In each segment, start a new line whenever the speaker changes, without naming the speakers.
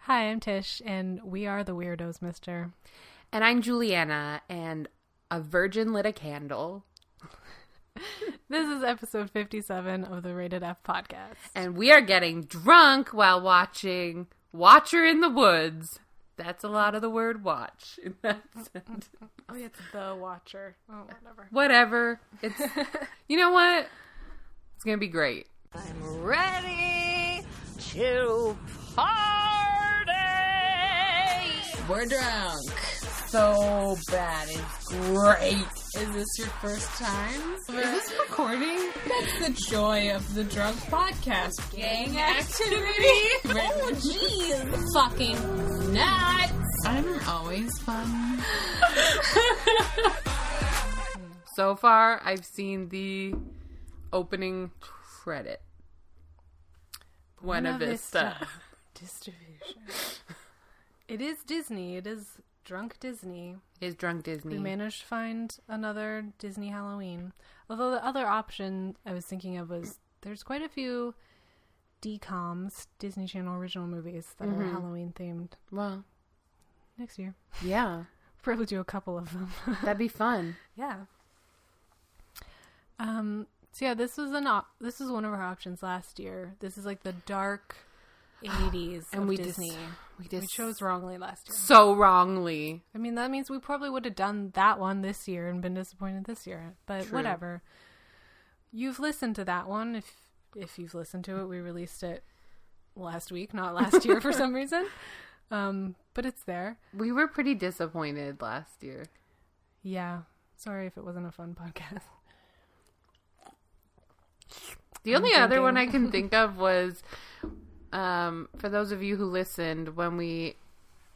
Hi, I'm Tish, and we are the Weirdos, Mister.
And I'm Juliana, and a virgin lit a candle,
This is episode 57 of the Rated F podcast.
and we are getting drunk while watching Watcher in the Woods. That's a lot of the word watch in that sentence.
Oh, yeah, it's The Watcher. Oh, whatever.
Whatever. It's you know what? It's gonna be great.
I'm ready to party. We're drunk. So bad. It's great. Is this your first time? Is this recording? That's the joy of the drunk podcast. Gang activity. oh, jeez. Fucking nuts. I'm always fun.
So far, I've seen the opening credit. Buena Vista.
Distribution. It is Disney. It is Drunk Disney.
Is drunk Disney.
We managed to find another Disney Halloween. Although the other option I was thinking of was there's quite a few DCOMs, Disney Channel original movies, that are Halloween themed
well,
next year.
yeah,
Probably do a couple of them.
that'd be fun.
Yeah. Um. So yeah, this was an op- this was one of our options last year. This is like the dark '80s
And
of
we just,
Disney.
we just
we chose wrongly last year.
so wrongly.
I mean, that means we probably would have done that one this year and been disappointed this year. But
True.
whatever. You've listened to that one. If if you've listened to it, we released it last week, not last year for some reason. Um, but it's there.
We were pretty disappointed last year.
Yeah. Sorry if it wasn't a fun podcast.
The only other one I can think of was um, for those of you who listened when we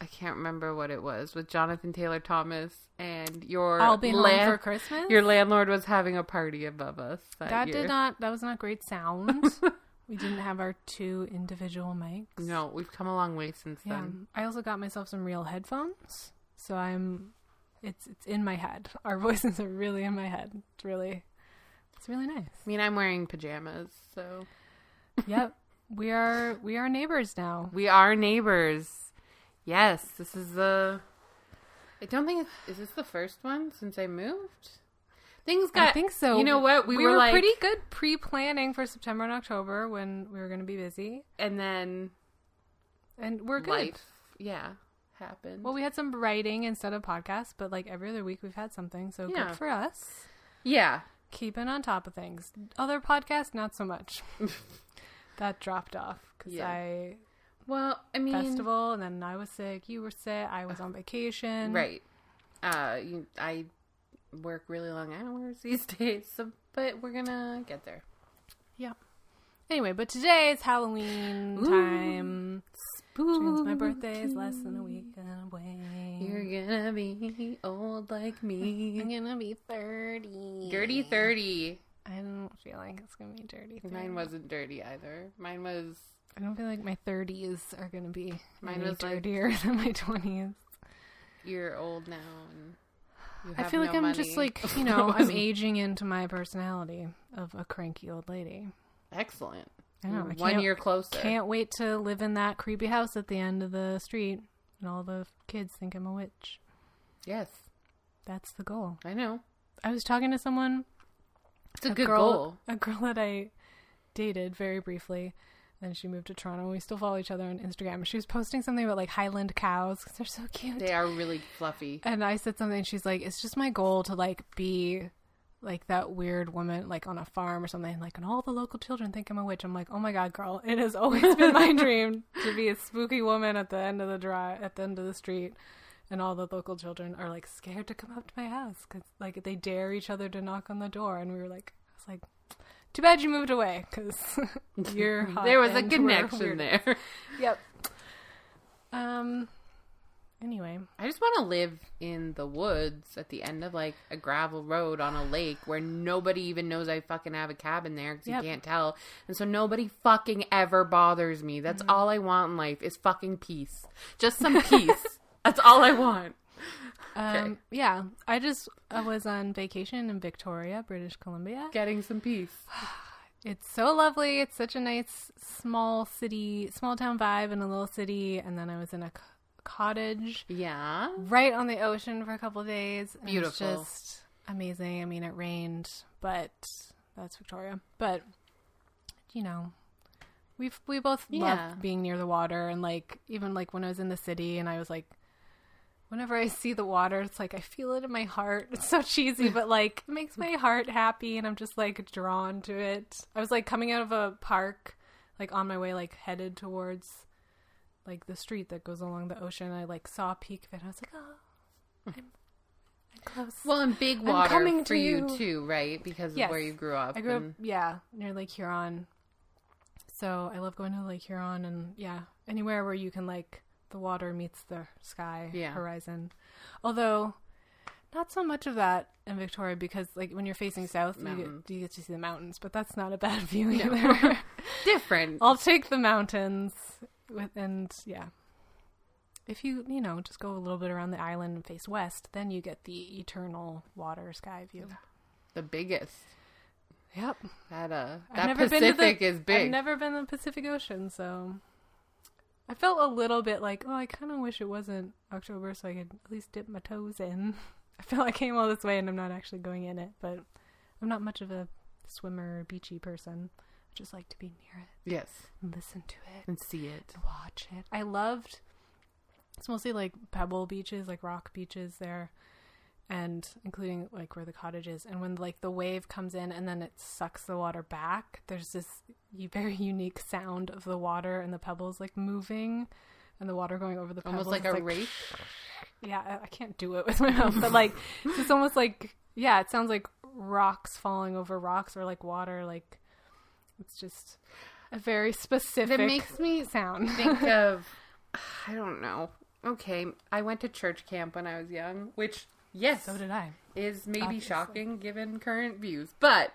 I can't remember what it was with Jonathan Taylor Thomas and your
I'll be
land-
home for Christmas.
Your landlord was having a party above us. That,
That
year.
did not. That was not great sound. we didn't have our two individual mics.
No, we've come a long way since
Yeah. um,
then.
I also got myself some real headphones, so I'm. It's it's in my head. Our voices are really in my head. It's really, it's really nice.
I mean, I'm wearing pajamas, so
yep. We are we are neighbors now.
we are neighbors. Yes, this is the. I don't think it's, is this the first one since I moved. Things got.
I think so.
You know what? We,
we
were, like,
pretty good pre-planning for September and October when we were going to be busy,
and then
and we're good.
life, yeah, happened.
Well, we had some writing instead of podcasts, but like every other week we've had something, so
Yeah.
good for us.
yeah,
keeping on top of things. Other podcasts, not so much. that dropped off because
Yeah.
I
well, I mean,
festival and then I was sick. You were sick. I was on vacation.
right? Uh, you, I work really long hours these days, so but we're gonna get there.
Yeah. Anyway, but today is Halloween
Ooh.
time. Since my
Spooky.
birthday is less than a week away.
You're gonna be old like
I'm
me.
gonna be thirty.
Dirty thirty.
I don't feel like it's gonna be dirty. 30.
Mine wasn't dirty either. Mine was
I don't feel like my thirties are gonna be
Mine
mine
was like-
dirtier than my twenties.
you're old now and you
I
have
feel like
no
I'm just
money."
like, you know, I'm aging into my personality of a cranky old lady.
excellent.
I know. I
One
can't-
year closer.
Can't wait to live in that creepy house at the end of the street and all the kids think I'm a witch.
Yes,
That's the goal.
I know.
I was talking to someone
It's a, good
girl,
goal.
A girl that I dated very briefly. Then she moved to Toronto. We still follow each other on Instagram. She was posting something about like Highland cows because they're so cute.
They are really fluffy.
And I said something. She's like, "It's just my goal to like be like that weird woman, like on a farm or something, like, and all the local children think I'm a witch." I'm like, "Oh my god, girl! It has always been my dream to be a spooky woman at the end of the drive, at the end of the street." And all the local children are like scared to come up to my house because like they dare each other to knock on the door, and we were like, "I was like, too bad you moved away because you're hot
There was a
and we're
connection
weird."
there.
Yep. Um. Anyway,
I just want to live in the woods at the end of like a gravel road on a lake where nobody even knows I fucking have a cabin there because
Yep.
you can't tell. And so nobody fucking ever bothers me. That's
Mm-hmm.
all I want in life is fucking peace. Just some peace. That's all I want.
Um, Yeah, I just I was on vacation in Victoria, British Columbia,
Getting some peace.
It's so lovely. It's such a nice small city, small town vibe in a little city. And then I was in a c- cottage
Yeah.
right on the ocean for a couple of days. and It's
Beautiful.
just amazing. I mean, it rained, but that's Victoria. But you know, we've we both
Yeah.
love being near the water and like even like when I was in the city and I was like whenever I see the water, it's like I feel it in my heart. It's so cheesy, but like it makes my heart happy and I'm just like drawn to it. I was like coming out of a park, like on my way, like headed towards like the street that goes along the ocean. I like saw a peak of it. I was like, oh, I'm, I'm close.
Well, and big water
coming
for
to
you.
you.
too, right? Because
Yes.
of where you grew up.
I grew up,
and-
yeah, near Lake Huron. So I love going to Lake Huron and yeah, anywhere where you can like the water meets the sky
Yeah.
horizon. Although not so much of that in Victoria because like when you're facing south, you
Mountains.
get, you get to see the mountains, but that's not a bad view either.
different.
I'll take the mountains with, and yeah. If you, you know, just go a little bit around the island and face west, then you get the eternal water sky view.
The biggest.
Yep.
That uh,
I've
that
never been to
Pacific
the-
is big.
I've never been in the Pacific Ocean, so I felt a little bit like, oh, I kind of wish it wasn't October so I could at least dip my toes in. I feel I came all this way and I'm not actually going in it, but I'm not much of a swimmer or beachy person. I just like to be near it
yes,
and listen to it
and see it.
and watch it. I loved it's mostly like pebble beaches, like rock beaches there and including like where the cottage is and when like the wave comes in and then it sucks the water back there's this u- very unique sound of the water and the pebbles like moving and the water going over the pebbles
Almost like
It's
a wraith.
yeah I, I can't do it with my mouth but like it's almost like yeah it sounds like rocks falling over rocks or like water like it's just a very specific
makes me
sound
think of I don't know. Okay, I went to church camp when I was young, which yes,
so did i
is maybe
Obviously.
shocking given current views. But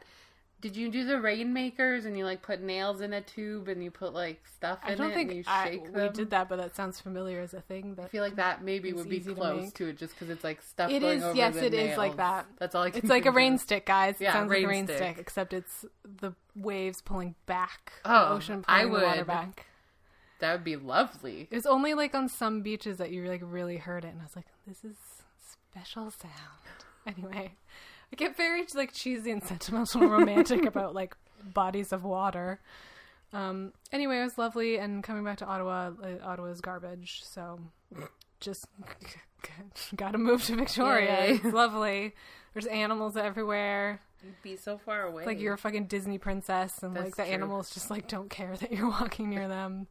did you do the rainmakers and you like put nails in a tube and you put like stuff in
I don't
it
think
and you
I-
shake
we
them?
did that, but that sounds familiar as a thing.
I
That
feel like that maybe
It's
would be
easy to
close
make.
to, it just because it's like stuff
It
going
is-
over
yes,
the
it is like
nails.
that.
That's all I can
it's like a
think
rain
of.
stick, guys.
Yeah,
it sounds like
rain
a rain
stick.
stick. except it's the waves pulling back
Oh,
the ocean,
I
pulling the water
would-
back.
That would be lovely.
It was only like on some beaches that you like really heard it, and I was like, "This is special sound." Anyway, I get very like cheesy and sentimental, and romantic about like bodies of water. Um. Anyway, it was lovely, and coming back to Ottawa, uh, Ottawa's garbage, so just gotta move to Victoria.
Yay.
It's lovely. There's animals everywhere.
You'd be so far away.
It's like you're a fucking Disney princess, and
That's
like the
true.
animals just like don't care that you're walking near them.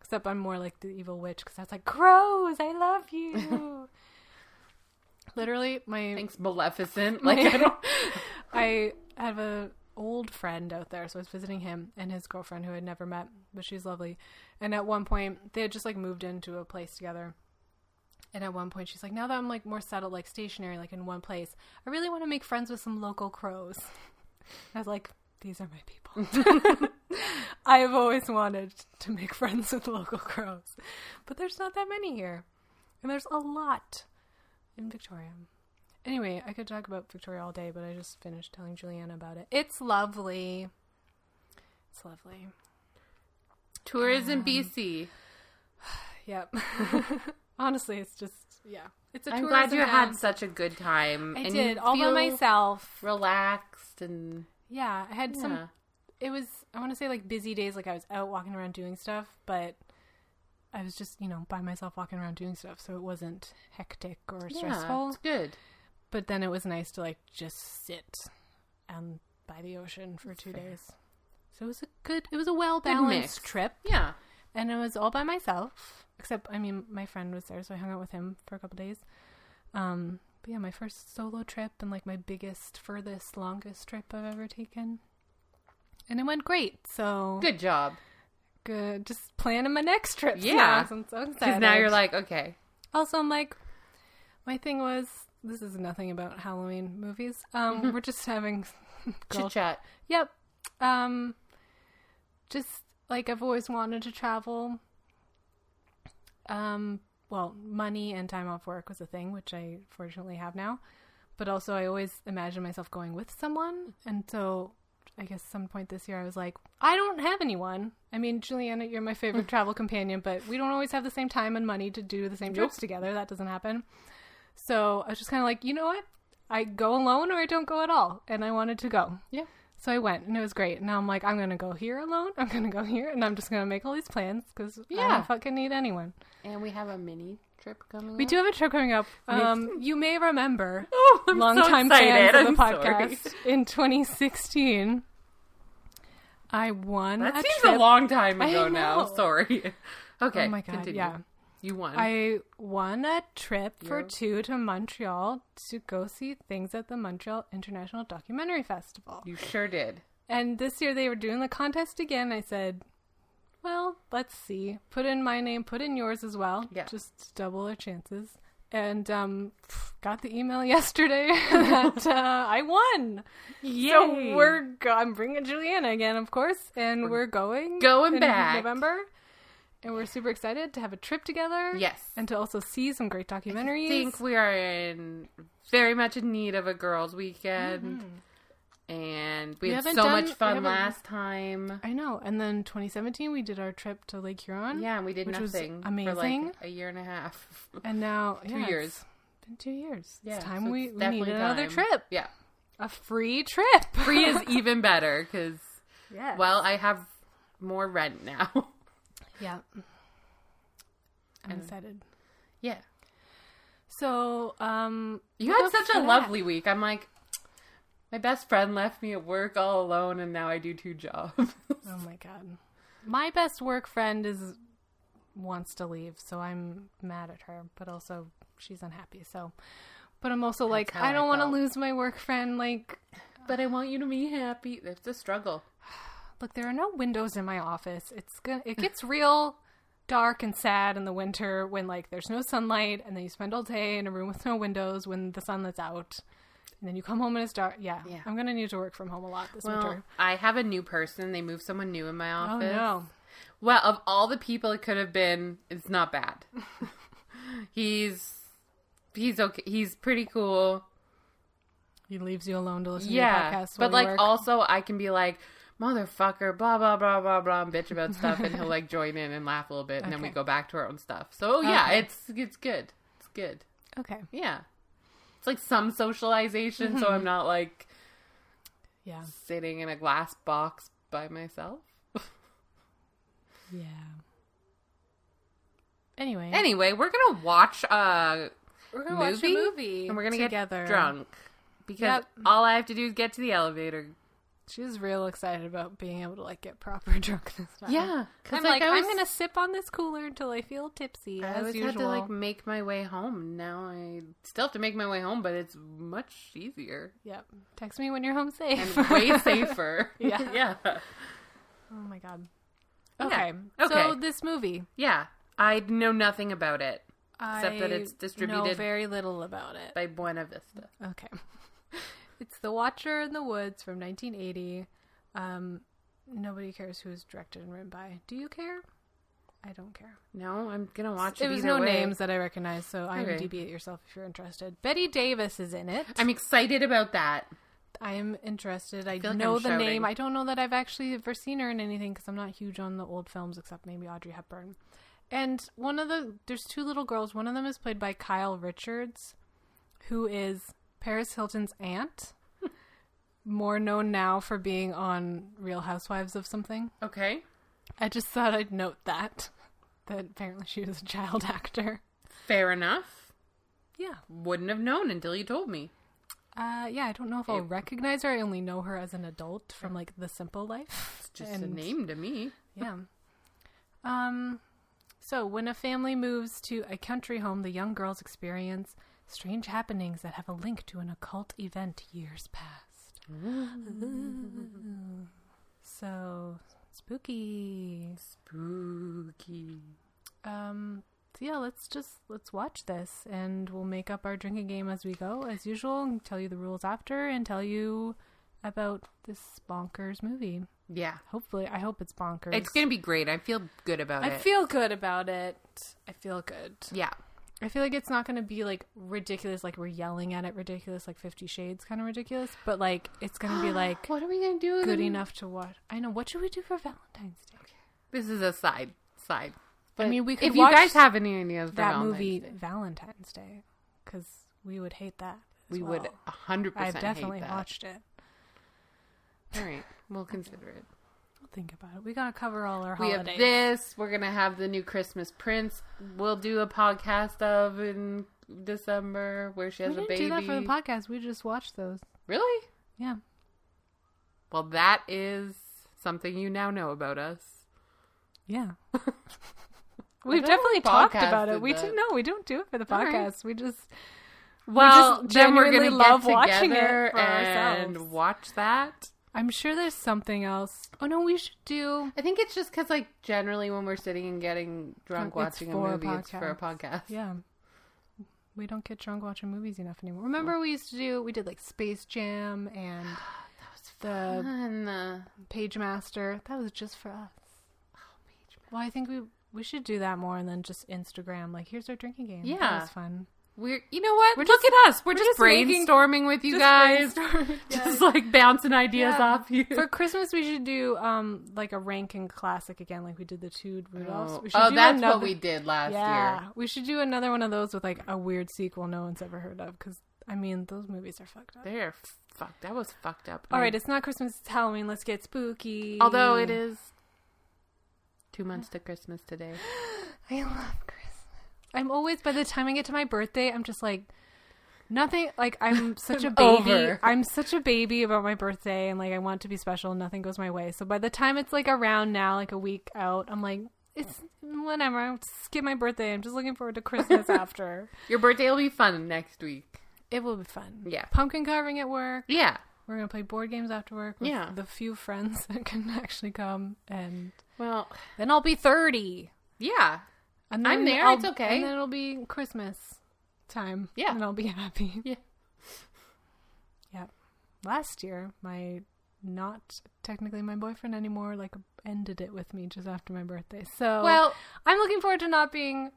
Except I'm more like the evil witch because that's like crows. I love you. Literally, my
Thanks, Maleficent. Like I don't.
I have a old friend out there, so I was visiting him and his girlfriend who I'd never met, but she's lovely. And at one point, they had just like moved into a place together. And at one point, she's like, "Now that I'm like more settled, like stationary, like in one place, I really want to make friends with some local crows." I was like, "These are my people." I have always wanted to make friends with local crows, but there's not that many here, and there's a lot in Victoria. Anyway, I could talk about Victoria all day, but I just finished telling Juliana about it. It's lovely. It's lovely.
Tourism BC.
Yep. Honestly, it's just yeah. It's a
I'm
tourism
glad you
town.
had such a good time.
I
and you
did all by
feel
myself.
Relaxed and
Yeah, I had some
yeah.
it was I want to say like busy days like I was out walking around doing stuff, but I was just, you know, by myself walking around doing stuff, so it wasn't hectic or
Yeah,
stressful.
it's good.
But then it was nice to like just sit and by the ocean for two
fair.
days. So it was a good it was a well balanced
mix.
trip.
Yeah.
and it was all by myself. Except, I mean, my friend was there, so I hung out with him for a couple days. Um, but yeah, my first solo trip and like my biggest, furthest, longest trip I've ever taken, and it went great. So
Good job.
good. Just planning my next trip.
Yeah.
I'm so
Because
excited.
now you're like, okay,
Also, I'm like, my thing was this is nothing about Halloween movies. Um, we're just having
chit
girl
chat.
Yep. Um just like I've always wanted to travel. Um well, money and time off work was a thing which I fortunately have now. But also I always imagine myself going with someone and so I guess some point this year I was like, I don't have anyone. I mean, Juliana, you're my favorite travel companion, but we don't always have the same time and money to do the same trips together. That doesn't happen. So I was just kind of like, you know what? I go alone or I don't go at all. And I wanted to go.
Yeah.
So I went and it was great. Now I'm like, I'm going to go here alone. I'm going to go here and I'm just going to make all these plans because I
Yeah.
don't fucking need anyone.
And we have a mini trip coming.
We do have a trip coming up. Um, you may remember,
Oh, I'm
long
so
time
excited.
fans of the
I'm sorry.
podcast, in 2016, I won.
That
a
seems
trip.
a long time
I
ago now.
know.
Sorry. Okay.
Oh my god!
Continue.
Yeah,
You won.
I won a trip for
Yeah.
two to Montreal to go see things at the Montreal International Documentary Festival.
You sure did.
And this year they were doing the contest again. I said, well, let's see. Put in my name, put in yours as well.
Yeah.
Just double our chances. And um, got the email yesterday that uh, I won. So we're go- I'm bringing Juliana again, of course, and we're, going
going
in
back.
November. And we're super excited to have a trip together.
Yes.
and to also see some great documentaries.
I think we are in very much in need of a girls' weekend. And we,
Mm-hmm. We
had so
haven't done-
much
we
fun
haven't-
last time.
I know. And then 2017, we did our trip to Lake Huron.
Yeah, and we did
which was
nothing for
amazing.
like a year and a half.
and now
Two
yeah, it's
years.
been two years.
Yeah,
it's time
so
we,
it's
we need
definitely
another
time.
trip,
Yeah,
a free trip.
free is even better because
yeah.
well, I have more rent now.
yeah. I'm excited.
yeah,
So, um,
you
we'll
had
go
such
for
a
that.
lovely week. I'm like, my best friend left me at work all alone, and now I do two jobs.
Oh my god, my best work friend is wants to leave, so I'm mad at her, but also she's unhappy. So, but I'm also like,
how
I don't
I
want to
felt.
lose my work friend. Like,
but I want you to be happy. It's a struggle.
look, there are no windows in my office. It's gonna, it gets real dark and sad in the winter when like there's no sunlight, and then you spend all day in a room with no windows when the sun lets out, and then you come home and it's dark. Yeah,
Yeah.
I'm gonna need to work from home a lot this
Well,
winter.
I have a new person. They moved someone new in my
Oh
office.
no,
Well, of all the people it could have been, it's not bad. he's he's okay. He's pretty cool.
he leaves you alone to listen to
yeah,
podcasts. while
but
you
like
work.
also I can be like motherfucker, blah blah blah blah blah, and bitch about stuff, and he'll like join in and laugh a little bit, and then we
Okay.
go back to our own stuff. So yeah,
Okay.
it's it's good. It's good.
okay,
Yeah, it's like some socialization, so
Mm-hmm.
I'm not like
yeah,
sitting in a glass box by myself.
yeah. Anyway,
Anyway, we're gonna watch uh
we're gonna
movie,
watch a movie,
and we're gonna
together.
get drunk because
Yep.
all I have to do is get to the elevator.
She's real excited about being able to like get proper drunk this time.
because
I'm like, I'm gonna sip on this cooler until I feel tipsy,
I
as
always had
usual.
to like make my way home. Now I still have to make my way home, but it's much easier
yep. Text me when you're home safe.
and way safer.
Yeah.
yeah,
oh my god.
Yeah.
Okay. So
Okay.
this movie,
yeah. I know nothing about it Except that
I
it's
know
distributed-
very little about it.
by Buena Vista.
Okay. It's The Watcher in the Woods from 1980. Um, nobody cares who is directed and written by. Do you care? I don't care.
No, I'm gonna watch it.
it was
either
no
way.
names that I recognize, so
Okay.
IMDb it yourself if you're interested. Betty Davis is in it.
I'm excited about that.
I am interested. I,
feel like
know
I'm
the
shouting.
name. I don't know that I've actually ever seen her in anything because I'm not huge on the old films except maybe Audrey Hepburn. And one of the there's two little girls. One of them is played by Kyle Richards, who is Paris Hilton's aunt, more known now for being on Real Housewives of something.
Okay,
I just thought I'd note that that apparently she was a child actor.
fair enough.
Yeah.
Wouldn't have known until you told me.
Uh, yeah, I don't know if I'll
It-
recognize her. I only know her as an adult from like The Simple Life.
It's just a
And-
name to me.
Yeah. Um, so when a family moves to a country home, the young girls experience strange happenings that have a link to an occult event years past. so spooky.
Spooky.
Um, so yeah, let's just let's watch this, and we'll make up our drinking game as we go, as usual, and tell you the rules after, and tell you about this bonkers movie.
Yeah.
Hopefully, I hope it's bonkers.
It's gonna be great. I feel good about
I
it.
feel good about it. I feel good.
yeah.
I feel like it's not going to be like ridiculous, like we're yelling at it ridiculous, like Fifty Shades kind of ridiculous, but like it's going to be like
What are we gonna do? with
good
them?
enough to watch. I know. What should we do for Valentine's Day?
This is a side side.
I mean, we could
if
watch
you guys have any ideas for
that
Valentine's
movie
Day,
Valentine's Day because we would hate that. as
we would
well.
hundred percent.
I've definitely
hate that.
watched it.
All right, we'll consider it.
We'll think about it. We gotta cover all our
We have
holidays.
this. We're gonna have the new Christmas Prince. We'll do a podcast of in December where she
we
has
didn't
a baby.
do that for the podcast. We just watched those.
Really?
Yeah.
Well, that is something you now know about us.
Yeah. We've
don't
definitely talked
podcast
about it.
did
We
that.
do no, we don't do it for the
All right.
podcast. We just
Well, then we're gonna
genuinely love
get
watching it
together
for
and
ourselves.
watch that.
I'm sure there's something else. Oh no, we should do
I think it's just because, like, generally when we're sitting and getting drunk
It's
watching a
for a
movie, it's for a podcast.
Yeah. We don't get drunk watching movies enough anymore. Remember we used to do we did like Space Jam and the
And, uh,
Page Master. That was just for us. Oh, Well, I think we we should do that more and then just Instagram. Like, here's our drinking game.
Yeah.
that was fun.
we're, you know what?
We're
Look
just-
at us. We're,
we're
just,
just making-
brainstorming with you guys.
brainstorming,
Just like bouncing ideas
Yeah.
off you.
For Christmas, we should do um like a Rankin classic again, like we did the two Rudolphs.
Oh,
we should
oh
do
that's
another-
what we did last
yeah,
year.
we should do another one of those with like a weird sequel no one's ever heard of. Because I mean, those movies are fucked up.
They're fucked. That was fucked up.
All right, it's not Christmas; it's Halloween. Let's get spooky.
Although it is two months to Christmas today.
I love Christmas. I'm always by the time I get to my birthday, I'm just like nothing like I'm such a baby.
over.
I'm such a baby about my birthday and like I want it to be special and nothing goes my way. So by the time it's like around now, like a week out, I'm like it's whatever. I'll skip my birthday. I'm just looking forward to Christmas after.
Your birthday will be fun next week.
It will be fun.
Yeah.
Pumpkin carving at work.
Yeah.
We're going to play board games after work with
Yeah.
the few friends that can actually come and
Well,
then I'll be 30.
yeah.
And
I'm there,
I'll-
it's okay.
And then it'll be Christmas time.
Yeah.
And I'll be happy.
Yeah.
Yeah. Last year, my not technically my boyfriend anymore, like ended it with me just after my birthday. So
Well,
I'm looking forward to not being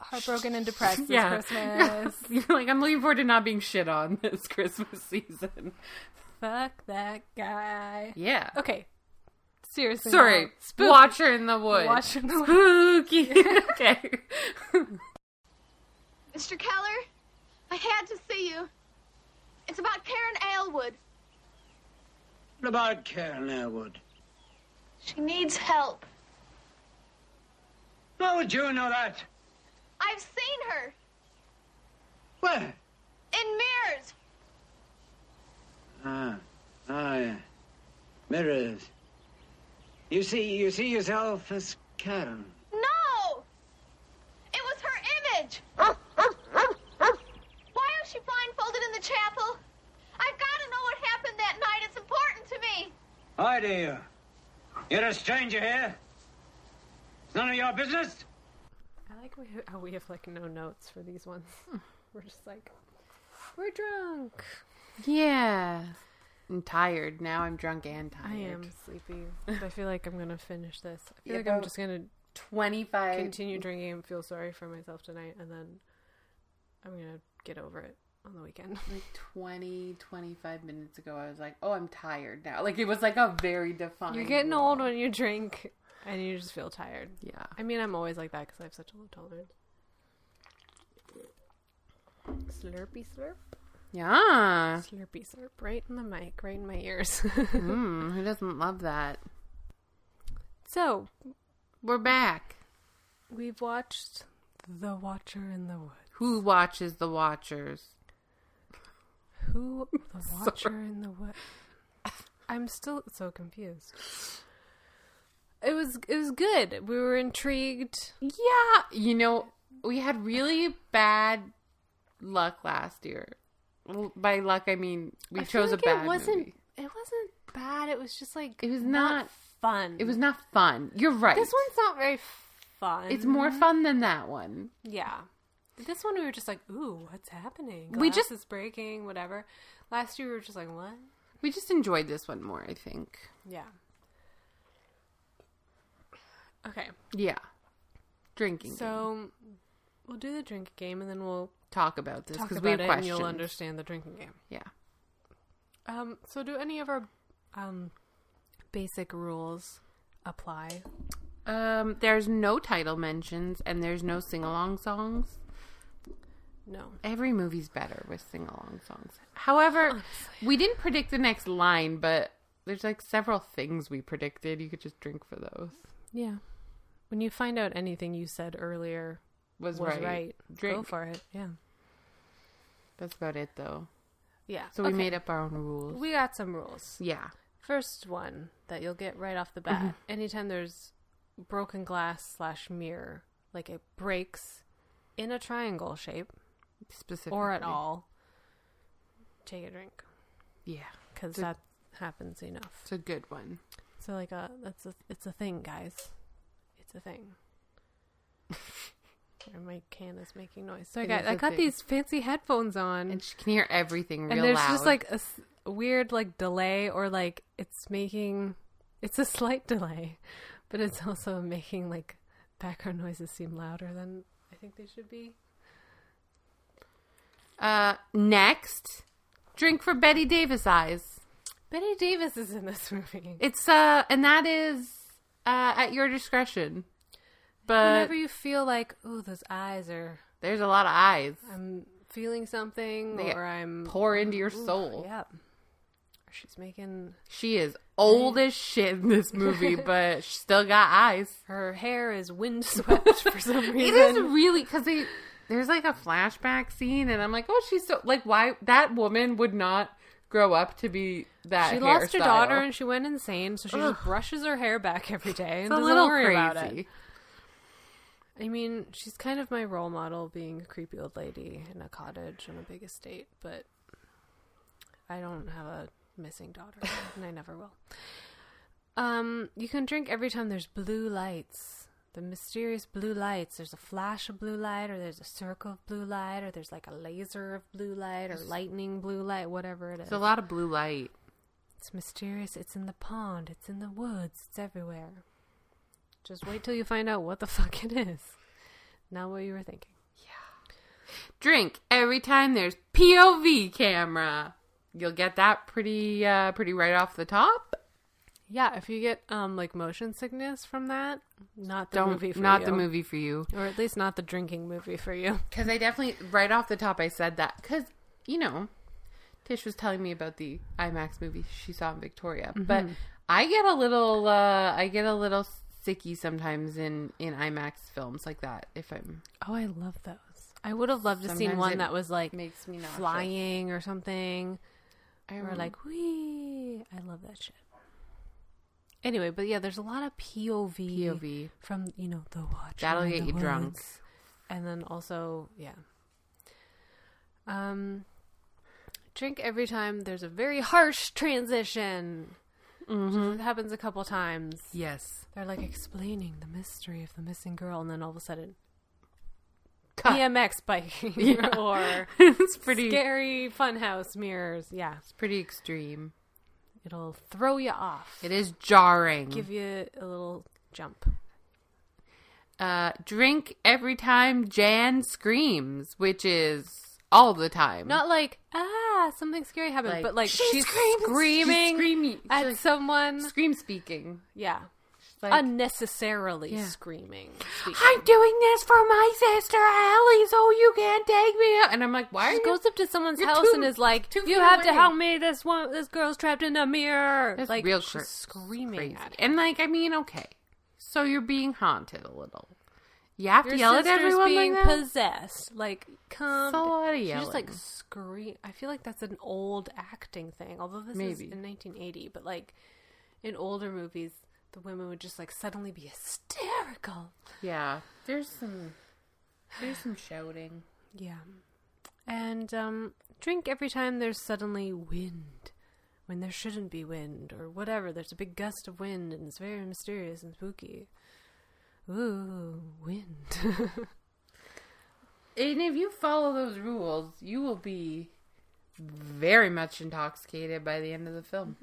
heartbroken and depressed this
Yeah.
Christmas.
You're like, I'm looking forward to not being shit on this Christmas season.
Fuck that guy.
Yeah.
Okay. Seriously.
Sorry.
now. Spook-
Watcher in the woods.
Watcher in the woods.
Spooky. okay.
Mr. Keller, I had to see you. It's about Karen Aylwood.
What about Karen Elwood?
She needs help.
How would you know that?
I've seen her
Where?
in mirrors.
Ah, ah, yeah. mirrors. You see, you see yourself as Karen.
No! It was her image. Why is she blindfolded in the chapel? I've got to know what happened that night. It's important to me.
Hi do you. You're a stranger here. It's none of your business.
I like we, how we have like no notes for these ones.
Hmm.
We're just like, we're drunk.
Yeah. I'm tired. Now I'm drunk and tired.
I am sleepy. I feel like I'm gonna finish this. I feel like I'm just gonna
25.
continue drinking and feel sorry for myself tonight, and then I'm gonna get over it on the weekend.
like 20, 25 minutes ago, I was like, oh, I'm tired now. Like, it was like a very defined.
You're getting old when you drink, and you just feel tired.
Yeah.
I mean, I'm always like that because I have such a low tolerance. Slurpy slurp,
Yeah.
slurpy slurp, right in the mic, right in my ears.
Mm, who doesn't love that?
so
We're back.
we've watched The Watcher in the Woods.
Who watches The Watchers?
Who the Watcher in the What? I'm still so confused. It was it was good. We were intrigued.
Yeah. You know, we had really bad luck last year. L- By luck, I mean we
I feel
chose
like
a bad
It wasn't
movie.
it wasn't bad. It was just like
It was not-
fun.
It was not fun. You're right.
this one's not very fun.
It's more fun than that one.
yeah. This one we were just like, ooh, what's happening?
We just-
is breaking, whatever. Last year we were just like, what?
We just enjoyed this one more, I think.
Yeah. Okay.
Yeah. Drinking. game.
So We'll do the drink game and then we'll
Talk about this
talk
because
about
we
it
have questions.
and you'll understand the drinking game.
Yeah.
Um, so do any of our um, basic rules apply?
Um, there's no title mentions and there's no sing along songs.
No.
Every movie's better with sing along songs. However, we didn't predict the next line, but there's like several things we predicted. You could just drink for those.
Yeah. When you find out anything you said earlier
Was,
was right, go
Drink.
for it. Yeah.
That's about it, though.
Yeah.
So we made up our own rules.
We got some rules.
yeah.
First one that you'll get right off the bat. Anytime there's broken glass slash mirror, like it breaks in a triangle shape
Specifically.
or at all, take a drink
Yeah.
because
So-
that happens enough.
It's a good one.
So like a that's a it's a thing, guys. It's a thing. Sorry, my can is making noise. So I
It
got
is
I
a
got
thing.
these fancy headphones on,
And she can hear everything real
and there's
loud.
just like a s- weird like delay or like it's making it's a slight delay, but it's also making like background noises seem louder than I think they should be.
Uh, next, drink for Betty Davis eyes.
Betty Davis is in this movie.
It's uh, and that is uh at your discretion. But
Whenever you feel like, ooh, those eyes are
there's a lot of eyes
I'm feeling something
They
or I'm
pour into your soul.
Yep. Or She's making
She is old as shit in this movie, but she still got eyes.
her hair is windswept for some
It
reason.
is really because they there's like a flashback scene, and I'm like, oh, she's so like why that woman would not grow up to be that.
She lost her
hairstyle.
daughter and she went insane, so she just brushes her hair back every day and
It's a
doesn't
little
worry
crazy.
about it. I mean, she's kind of my role model, being a creepy old lady in a cottage on a big estate, but I don't have a missing daughter, and I never will. Um, you can drink every time there's blue lights. The mysterious blue lights. There's a flash of blue light, or there's a circle of blue light, or there's like a laser of blue light, or lightning blue light, whatever it is.
There's a lot of blue light.
It's mysterious. It's in the pond. It's in the woods. It's everywhere. Just wait till you find out what the fuck it is. Not what you were thinking.
drink every time there's POV camera. You'll get that pretty uh, pretty right off the top.
Yeah, if you get um like motion sickness from that, not the
Don't
movie for
not the
you.
movie for you
or at least not the drinking movie for you.
because I definitely right off the top I said that because you know Tish was telling me about the IMAX movie she saw in Victoria, but I get a little uh, I get a little sicky sometimes in in IMAX films like that if I'm
Oh, I love those. I would have loved to seen
Sometimes it
one that was like
makes me nauseous.
flying or something,
I
or like wee. I love that shit. Anyway, but yeah, there's a lot of POV,
POV
from you know the watch.
that'll get you drunk.
and then also yeah um drink every time there's a very harsh transition
Mm-hmm.
So it happens a couple times
Yes,
they're like explaining the mystery of the missing girl and then all of a sudden
Cut.
BMX biking
Yeah.
or
it's pretty
scary funhouse mirrors yeah
it's pretty extreme.
it'll throw you off
It is jarring.
give you a little jump
uh, drink every time Jan screams, which is all the time.
not like ah something scary happened but like she's, screaming
she's screaming
at
she's like,
someone
scream speaking.
yeah
She's like,
unnecessarily
Yeah.
screaming.
I'm doing this for my sister Allie, so you can't take me out. And I'm like, why are
She
you?
goes up to someone's
you're
house
too-
and is like,
too
"You
far
have to
away."
help me. This one, this girl's trapped in a mirror."
That's
like
real
she's
cra-
screaming
crazy.
at him.
And like, I mean, okay, so you're being haunted a little. You have
Your
to yell at
sister's
everyone
being
like that.
possessed. Like, come.
It's a lot of
She just like
yelling.
scream. I feel like that's an old acting thing. Although this is
Maybe.
in 1980, but like in older movies, the women would just like suddenly be hysterical.
yeah, there's some, there's some shouting.
Yeah. And um, drink every time there's suddenly wind, when there shouldn't be wind, or whatever. There's a big gust of wind, and it's very mysterious and spooky. Ooh, wind.
And if you follow those rules, you will be very much intoxicated by the end of the film.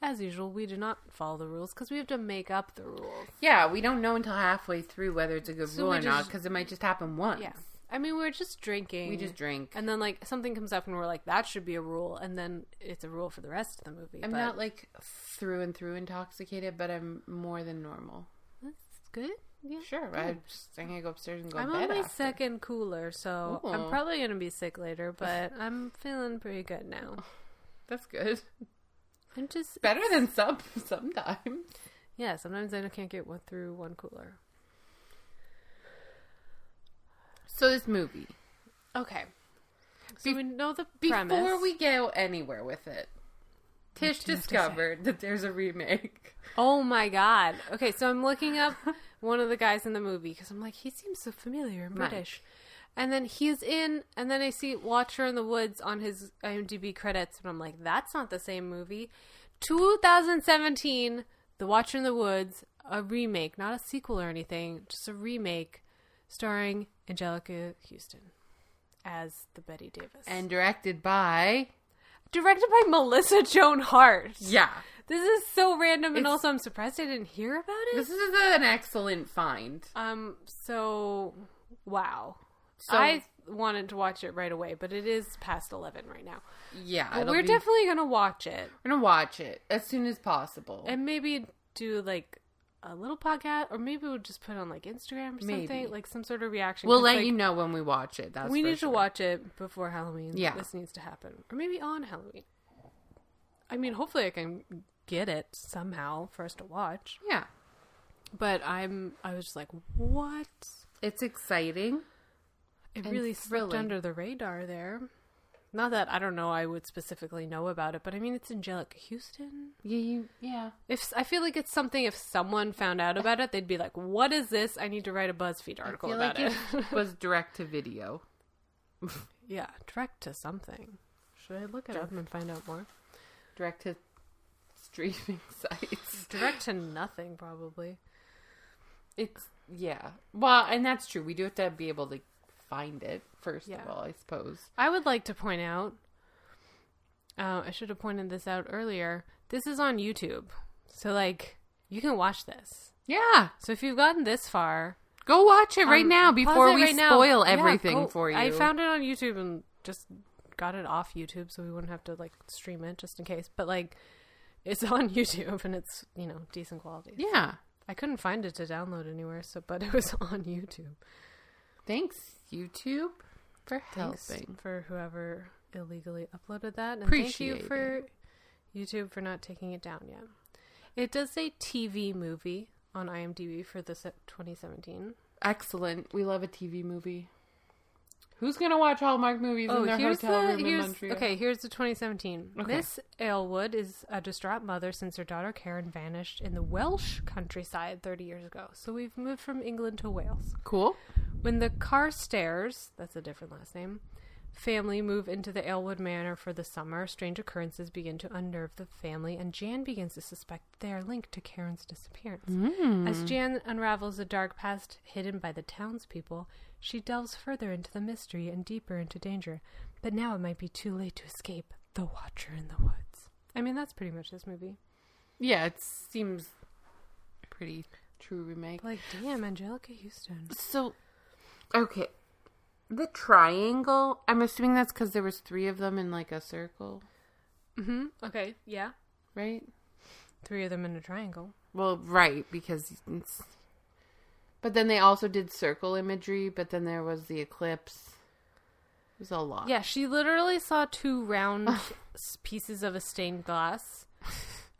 As usual, we do not follow the rules because we have to make up the rules.
Yeah, we don't know until halfway through whether it's a good
So
rule
we
or not
just-
because it might just happen once.
Yeah. I mean, we were just drinking.
We just drink.
And then like something comes up and we're like, that should be a rule. And then it's a rule for the rest of the movie.
I'm
but
not like through and through intoxicated, but I'm more than normal.
that's good. Yeah.
Sure, I just I'm gonna go upstairs and go
I'm
to bed.
on my
after. Oh.
second cooler, so I'm
Ooh.
probably gonna be sick later, but I'm feeling pretty good now.
That's good.
I'm just
Better than some sometimes.
yeah. Sometimes I can't get one through one cooler.
So this movie.
Okay. So we know the
Before
premise.
we go anywhere with it, Tish
do you have to say?
discovered that there's a remake.
Oh my god. Okay, so I'm looking up one of the guys in the movie because I'm like, he seems so familiar and
Mike.
British. And then he's in, and then I see Watcher in the Woods on his IMDb credits, and I'm like, that's not the same movie. 2017, The Watcher in the Woods, a remake, not a sequel or anything, just a remake starring Angelica Houston as the Betty Davis.
And directed by
directed by Melissa Joan Hart.
Yeah.
This is so random, and
It's-
also I'm surprised I didn't hear about it.
This is an excellent find.
Um. So, wow.
So-
I wanted to watch it right away, but it is past eleven right now.
Yeah.
But
it'll
we're
be-
definitely gonna watch it,
we're gonna watch it as soon as possible.
and maybe do like a little podcast, or maybe we'll just put it on like Instagram or
Maybe.
something, like some sort of reaction.
we'll
'cause,
let
like,
you know when we watch it. That's
We
for
need
sure.
to watch it before Halloween.
Yeah.
this needs to happen, or maybe on Halloween. I mean, hopefully, I can get it somehow for us to watch.
Yeah.
But I'm, I was just like, what?
It's exciting.
It
and
really slipped
thrilling.
under the radar there. Not that I don't know, I would specifically know about it, but I mean, it's Angelica Houston.
Yeah, you, yeah.
If I feel like it's something, if someone found out about it, they'd be like, "What is this? I need to write a BuzzFeed article
feel
about
like it,
it."
was direct to video.
yeah, direct to something. Should I look it up and find out more?
Direct to streaming sites.
Direct to nothing, probably.
It's yeah. Well, and that's true. We do have to be able to find it first
Yeah.
of all, I suppose.
I would like to point out. Uh, I should have pointed this out earlier. This is on YouTube, so like you can watch this.
Yeah.
So if you've gotten this far,
Go watch it right
Um,
now
pause
before
it
we
right now.
spoil
Yeah,
everything
go-
for you.
I found it on YouTube and just got it off YouTube so we wouldn't have to like stream it just in case. But like it's on YouTube and it's, you know, decent quality.
Yeah.
I couldn't find it to download anywhere, so but it was on YouTube.
Thanks YouTube for
Thanks
helping.
for whoever illegally uploaded that. And
Appreciate
thank you for YouTube for not taking it down yet. It does say TV movie on IMDb for the se- 2017.
Excellent. We love a TV movie. Who's gonna watch Hallmark movies in their hotel room in
Oh, here's,
Montreal?
Okay, here's the 2017.
Okay.
Miss Aylwood is a distraught mother since her daughter Karen vanished in the Welsh countryside 30 years ago. So we've moved from England to Wales.
Cool.
When the Carstairs, that's a different last name, family move into the Aylwood Manor for the summer, strange occurrences begin to unnerve the family, and Jan begins to suspect they are linked to Karen's disappearance. As Jan unravels the dark past hidden by the townspeople, she delves further into the mystery and deeper into danger. But now it might be too late to escape the Watcher in the Woods. I mean, that's pretty much this movie.
Yeah, it seems pretty true remake.
Like, damn, Angelica Houston.
So, okay, the triangle. I'm assuming that's because there was three of them in like a circle,
Mm-hmm. Okay, yeah.
right?
Three of them in a triangle.
Well, right because. It's... But then they also did circle imagery. But then there was the eclipse. It was a lot.
Yeah, she literally saw two round s- pieces of a stained glass.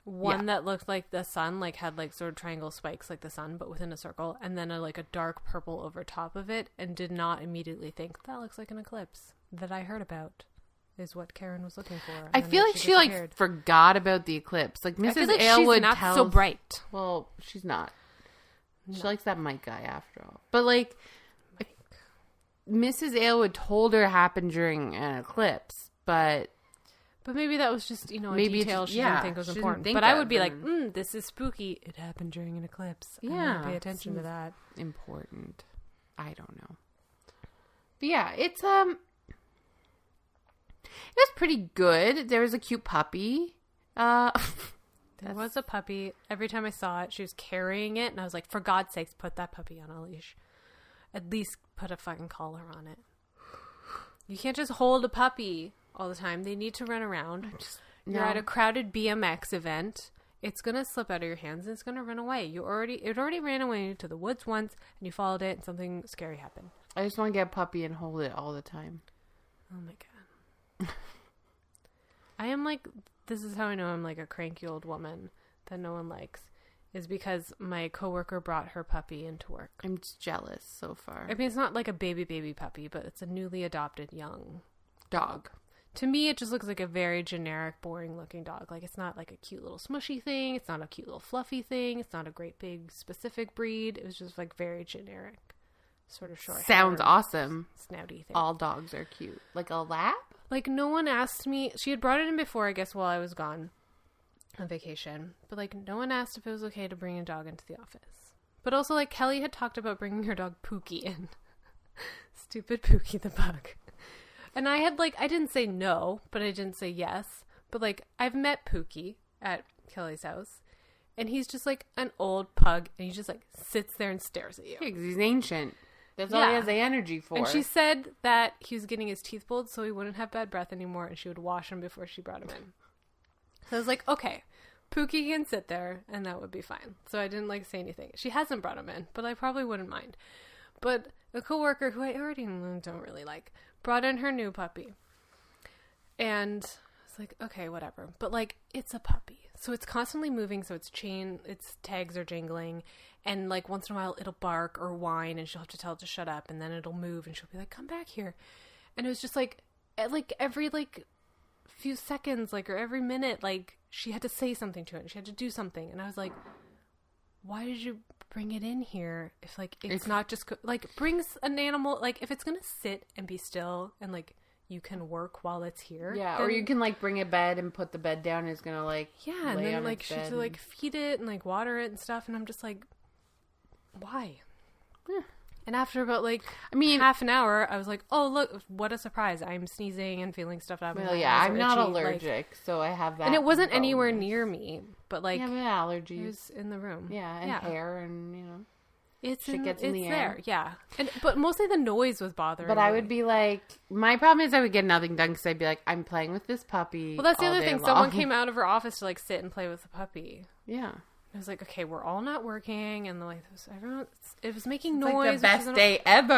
One
Yeah.
that looked like the sun, like had like sort of triangle spikes like the sun, but within a circle, and then a, like a dark purple over top of it, and did not immediately think that looks like an eclipse that I heard about. Is what Karen was looking for. and
I
then
feel like she
disappeared.
like forgot about the eclipse. Like
I feel
Mrs.
like
Aylwood
she's not
tells,
so bright.
Well, she's not. She likes that Mike guy after all. But like, Mrs. Aylwood told her it happened during an eclipse, but
But maybe that was just you know a
Maybe it's-
detail she
yeah,
didn't think was
she didn't
important.
think
but I
that
would be like,
then.
mm, "This is spooky. It happened during an eclipse. I'm gonna
Yeah,
pay attention to
seems-
that."
important. I don't know. But yeah, it's um it was pretty good. There was a cute puppy. Uh
There was a puppy. Every time I saw it, she was carrying it, and I was like, "For God's sakes, put that puppy on a leash." at least put a fucking collar on it. You can't just hold a puppy all the time. They need to run around. You're
No.
at a crowded BMX event. It's gonna slip out of your hands and it's gonna run away. You already it already ran away into the woods once and you followed it and something scary happened.
I just want to get a puppy and hold it all the time.
Oh my god. I am like this is how I know I'm like a cranky old woman that no one likes is because my coworker brought her puppy into work.
I'm just jealous so far.
I mean it's not like a baby baby puppy, but it's a newly adopted young.
Dog.
To me it just looks like a very generic boring looking dog. Like it's not like a cute little smushy thing, it's not a cute little fluffy thing, it's not a great big specific breed. It was just like very generic. Sort of short.
Sounds
hair,
awesome.
Snouty thing.
All dogs are cute. Like a lap?
like no one asked me she had brought it in before i guess while i was gone on vacation but like no one asked if it was okay to bring a dog into the office but also like kelly had talked about bringing her dog pookie in stupid pookie the bug and i had like i didn't say no but i didn't say yes but like i've met pookie at kelly's house and he's just like an old pug and he just like sits there and stares at you
Yeah, 'cause he's ancient. That's all he
Yeah.
has the energy for.
and she said that he was getting his teeth pulled so he wouldn't have bad breath anymore and she would wash him before she brought him in. So I was like, okay, Pookie can sit there and that would be fine. So I didn't like say anything. She hasn't brought him in, but I probably wouldn't mind. But a coworker who I already knew don't really like brought in her new puppy. And I was like, okay, whatever. But like, it's a puppy. So it's constantly moving. So its chain, its tags are jingling. And like, once in a while, it'll bark or whine and she'll have to tell it to shut up. And then it'll move and she'll be like, come back here. And it was just like, at, like every like few seconds, like, or every minute, like, she had to say something to it and she had to do something. And I was like, why did you bring it in here if like it's
If-
not just go- like brings an animal like if it's gonna sit and be still and like you can work while it's here
Yeah, or
then-
you can like bring a bed and put the bed down. It's gonna like
yeah and
lay
then
on
like
its
she had to
bed
like feed it and like water it and stuff and i'm just like why and after about like
I mean-
half an hour i was like oh look what a surprise i'm sneezing and feeling stuffed up
and-
and
Well,
my
yeah,
eyes
I'm
are
not
itchy, like-
allergic, so I have that.
and it wasn't anywhere
bonus.
near me but like
Yeah, but
it
allergies.
was in the room
yeah, and hair, and you know.
It's
Shit
in,
gets
it's
in the air.
there, yeah. And but mostly the noise was bothering.
But I
me.
would be like, my problem is I would get nothing done because I'd be like, I'm playing with this puppy.
Well, that's the
all
other
day
thing. Someone
long.
came out of her office to like sit and play with the puppy.
Yeah,
I was like, okay, we're all not working, and like it was, everyone, it was making
It's
noise.
like the
which
best
was anno-
day ever.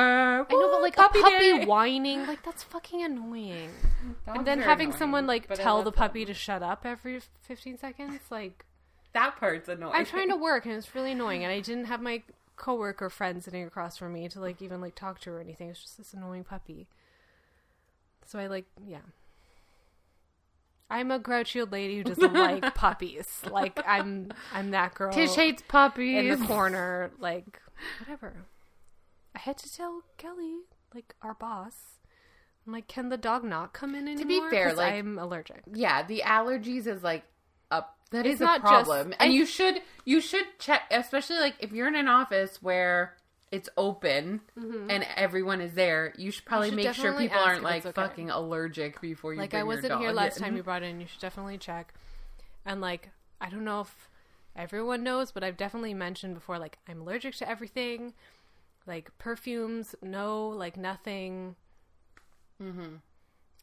I know, but like
puppy
a puppy
day.
whining, like that's fucking annoying. and then
are
having
annoying,
someone like
but I
tell
love
the puppy to shut up every fifteen seconds, like
that part's annoying.
I'm trying to work, and it's really annoying, and I didn't have my coworker friend sitting across from me to like even like talk to her or anything. It's just this annoying puppy. So I like, yeah. I'm a grouchy old lady who doesn't like puppies. Like I'm, I'm that girl
Tish hates puppies
in the corner, like whatever. I had to tell Kelly, like our boss, I'm like, can the dog not come in anymore?
be fair,
'Cause
like-
I'm allergic.
yeah the allergies is like a that
It's
is a
not just-
problem and
I-
you should you should check especially like if you're in an office where it's open and everyone is there you should probably
Mm-hmm. should
make sure
definitely
people
ask
aren't
if
like
it's okay.
fucking allergic before you
like
bring
I
your
wasn't here
dog
last
in.
time you brought it in. You should definitely check. And like I don't know if everyone knows, but I've definitely mentioned before. Like I'm allergic to everything, like perfumes, no, like nothing. Mm-hmm.
Mm-hmm.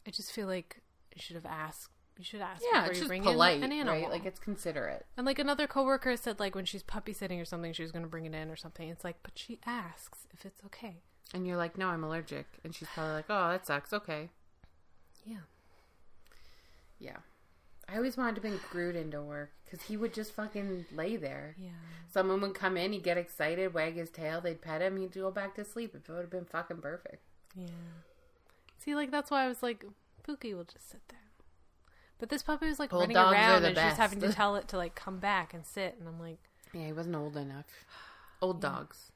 I just feel like you should have asked. You should ask.
yeah
before
it's
you
just
bring
polite
in an animal.
right like it's considerate
And like another coworker said, like when she's puppy sitting or something, she was going to bring it in or something. It's like, but she asks if it's okay.
and you're like no i'm allergic and she's probably like oh that sucks okay
Yeah.
yeah i always wanted to bring groot into work because he would just fucking lay there
Yeah.
Someone would come in, he'd get excited, wag his tail, they'd pet him, he'd go back to sleep. It would have been fucking perfect.
Yeah. See, like that's why I was like, Pookie will just sit there. But this puppy was like
Old
running
dogs are
around
the
and she was having to
best.
tell it to like come back and sit, and I'm like,
Yeah, he wasn't old enough. Old dogs.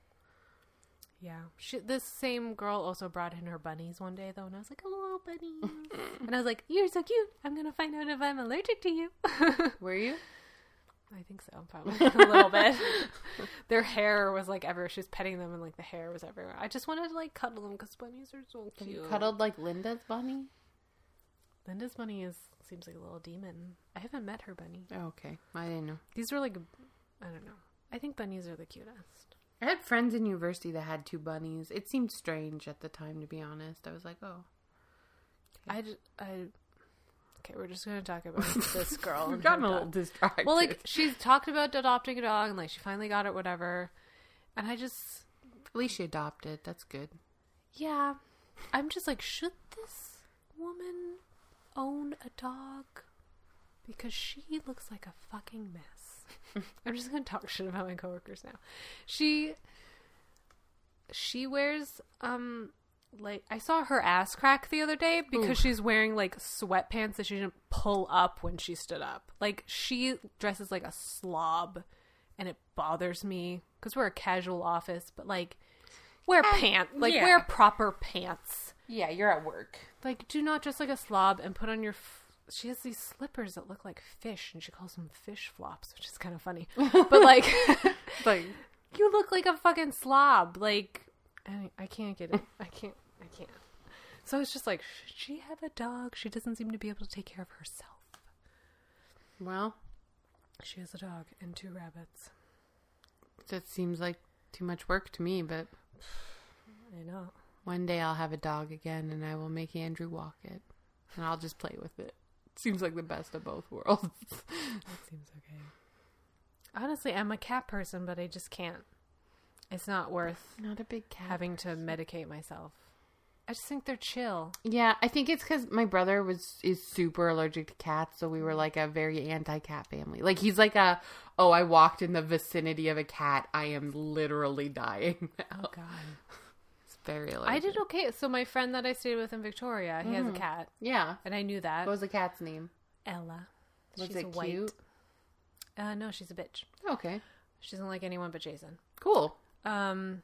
yeah. She, this same girl also brought in her bunnies one day though, and I was like, hello bunnies, and I was like, you're so cute. I'm gonna find out if I'm allergic to you.
Were you?
I think so, probably a little bit. Their hair was like everywhere. She was petting them, and like the hair was everywhere. I just wanted to like cuddle them because bunnies are so cute.
You cuddled like Linda's bunny?
Linda's bunny is seems like a little demon. I haven't met her bunny.
Oh, okay. I didn't know.
These are like, I don't know. I think bunnies are the cutest.
I had friends in university that had two bunnies. It seemed strange at the time, to be honest. I was like, oh.
I, j- I- okay, we're just gonna talk about this girl.
We've
and
gotten
her
a little
dog.
distracted.
Well, like she's talked about adopting a dog, and like she finally got it, whatever. And I just,
at least she adopted. That's good.
yeah, I'm just like, should this woman own a dog? Because she looks like a fucking mess. I'm just gonna talk shit about my coworkers now. She, she wears um. Like I saw her ass crack the other day because she's wearing like sweatpants that she didn't pull up when she stood up. Like she dresses like a slob, and it bothers me because we're a casual office. But like, wear pants. Like
yeah.
wear proper pants.
Yeah, you're at work.
Like do not dress like a slob and put on your. F- she has these slippers that look like fish, and she calls them fish flops, which is kind of funny. but like,
Like,
you look like a fucking slob. Like, I, I can't get it. I can't. I can't. So it's just like, should she have a dog? She doesn't seem to be able to take care of herself.
well,
She has a dog and two rabbits.
that seems like too much work to me, but
I know.
one day I'll have a dog again and I will make Andrew walk it and I'll just play with it. Seems like the best of both worlds.
Seems okay. Honestly, I'm a cat person, but I just can't. It's not worth
Not a big cat.
having to medicate myself. I just think they're chill.
Yeah, I think it's because my brother was is super allergic to cats, so we were like a very anti-cat family. Like he's like a, oh, I walked in the vicinity of a cat, I am literally dying. Now.
God.
It's very allergic.
I did okay. So my friend that I stayed with in Victoria, he has a cat,
Yeah.
and I knew that.
What was the cat's name?
Ella.
Was
she's
it
white.
cute?
Uh, no, she's a bitch.
Okay.
She doesn't like anyone but Jason.
Cool.
Um,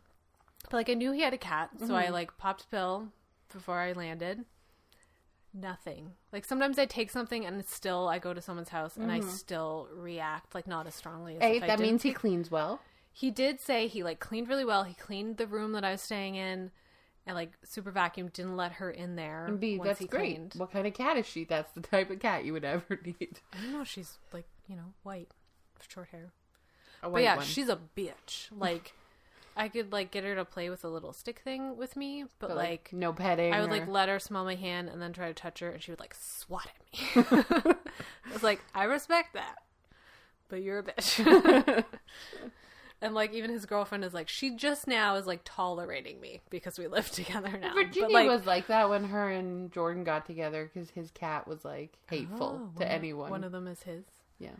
but like I knew he had a cat, so I like popped pill before I landed. Nothing. Like sometimes I take something and it's still I go to someone's house and I still react like not as strongly as
Hey,
if I
that
didn't.
means he cleans well.
he did say he like cleaned really well. He cleaned the room that I was staying in and like super vacuumed, didn't let her in there.
Be
once
that's
he
great.
cleaned.
What kind of cat is she? That's the type of cat you would ever need.
I don't know, she's like, you know, white, short hair.
A
But
white
yeah,
one.
she's a bitch. Like, I could like get her to play with a little stick thing with me, but,
But,
like,
no petting.
I would like
or-
let her smell my hand and then try to touch her, and she would like swat at me. I was like, I respect that, but you're a bitch. and like, even his girlfriend is like, she just now is like tolerating me because we live together now. But,
Virginia
like,
was like that when her and Jordan got together because his cat was like hateful
oh,
to
one-
anyone.
One of Ah. them is his.
yeah.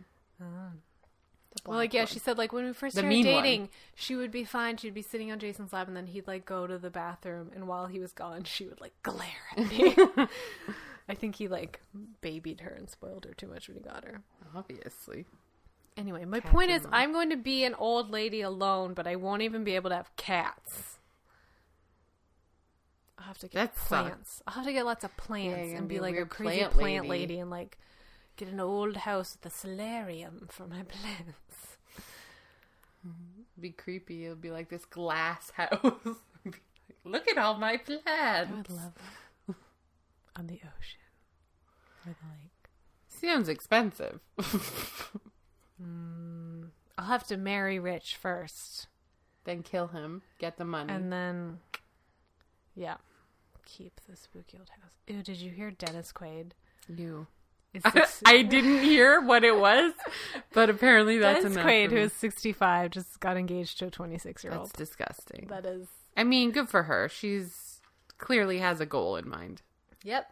Well, like yeah, she said like when we first
The
started
mean one.
dating, she would be fine. She'd be sitting on Jason's lap, and then he'd like go to the bathroom, and while he was gone, she would like glare at me. I think he like babied her and spoiled her too much when he got her.
obviously.
Anyway, my point is, I'm going to be an old lady alone, but I won't even be able to have cats. I'll have to get
That sucks.
plants. I'll have to get lots of plants
you're gonna
and be,
be a
like a
weird
crazy
plant
plant,
lady.
lady. and like get an old house with a solarium for my plants.
It'd be creepy. It'll be like this glass house. It'd be like, Look at all my plants.
love on the ocean or the lake.
Sounds expensive.
I'll have to marry rich first,
then kill him. Get the money.
and then yeah, keep the spooky old house. Ew, did you hear Dennis Quaid?
you.
Is
I didn't hear what it was, but apparently that's
Dennis
enough.
Quaid,
for
who
me.
is 65, just got engaged to a 26 year
that's
old.
disgusting.
That is.
I mean, good for her. She's clearly has a goal in mind.
Yep.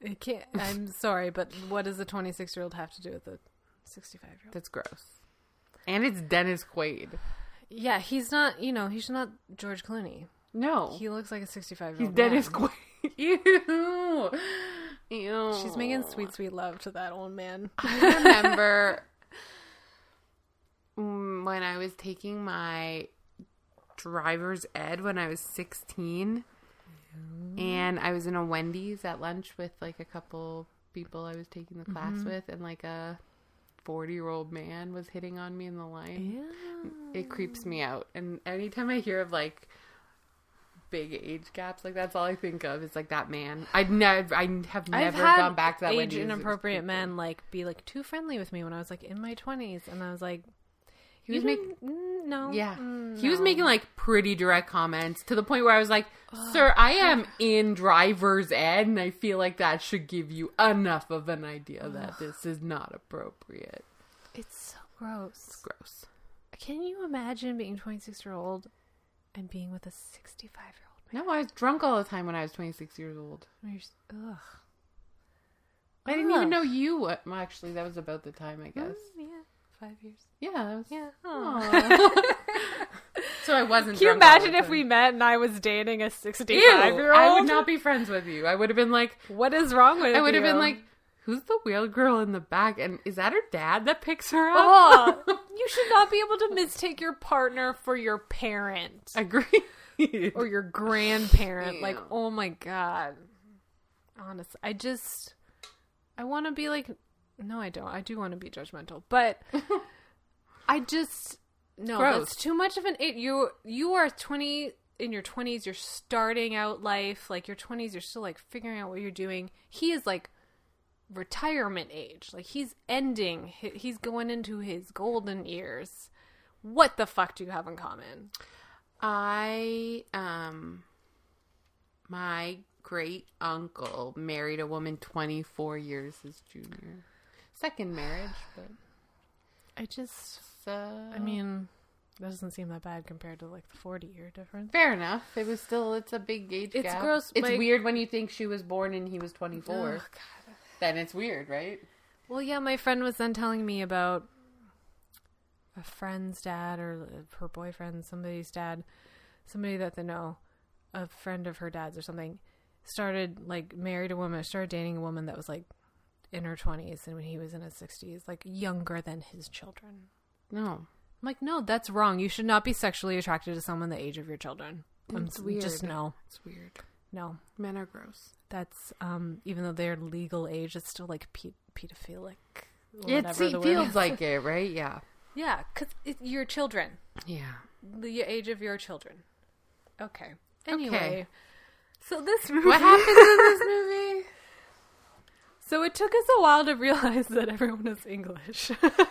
It can't, I'm sorry, but what does a 26 year old have to do with a 65 year old?
That's gross. And it's Dennis Quaid.
Yeah, he's not, you know, he's not George Clooney.
No.
He looks like a 65 year
He's
old.
Dennis Quaid. Ew. Ew.
She's making sweet, sweet love to that old man.
I remember mm, when I was taking my driver's ed when I was 16. And I was in a Wendy's at lunch with like a couple people I was taking the class
Mm-hmm.
with, and like a 40 year old man was hitting on me in the line. it creeps me out. And anytime I hear of like big age gaps, like that's all I think of is like that man. I'd never, I have never gone back to that
age
Wendy's.
inappropriate men like be like too friendly with me when I was like in my 20s, and I was like,
He was
you
make-
didn't- mm, No.
Yeah.
Mm,
He was
no.
making like pretty direct comments to the point where I was like, Sir, I am in driver's ed, and I feel like that should give you enough of an idea that this is not appropriate.
It's so gross.
Gross.
Can you imagine being 26 year old and being with a 65 year old?
No, I was drunk all the time when I was 26 years old.
You're s- Ugh.
I didn't even
Ugh.
know you. were- well, Actually, that was about the time, I guess.
Mm, yeah, five years.
Yeah. That was,
Yeah.
Aw. so I wasn't.
Can you
drunk all
imagine
the
if
time.
we met and I was dating a 65
Ew,
year old?
I would not be friends with you. I would have been like,
What is wrong with
I would have been
you?
like, who's the weird girl in the back? And is that her dad that picks her up?
Ugh.
"Oh."
you should not be able to mistake your partner for your parent
Agree.
or your grandparent. Like,
Ew.
oh my god. Honest, I just I want to be like no, I don't. I do want to be judgmental, but I just no,
Gross.
that's too much of an it. You you are 20 in your 20s, you're starting out life, like your 20s you're still like figuring out what you're doing. He is like retirement age. Like he's ending. he- He's going into his golden years. What the fuck do you have in common?
I um my great uncle married a woman 24 years his junior. Second marriage, but
I just
so
I mean, that doesn't seem that bad compared to like the 40 year difference.
fair enough. It was still it's a big age
It's
gap.
gross,
It's
like-
weird when you think she was born and he was 24. Then it's weird, right?
Well, yeah, my friend was then telling me about a friend's dad or her boyfriend, somebody's dad, somebody that they know, a friend of her dad's or something, started like married a woman, started dating a woman that was like in her 20s and when he was in his 60s, like younger than his children.
No.
I'm like, no, that's wrong. You should not be sexually attracted to someone the age of your children. I'm
It's
s- Just
weird.
no,
It's weird.
no.
Men are gross.
that's um even though they're legal age it's still like pe- pedophilic or
It
whatever
se-
the word
feels
is.
like it, right? Yeah.
yeah because your children
Yeah.
the age of your children okay anyway
Okay.
so this movie
What happens in this movie?
so it took us a while to realize that everyone is english
Well, like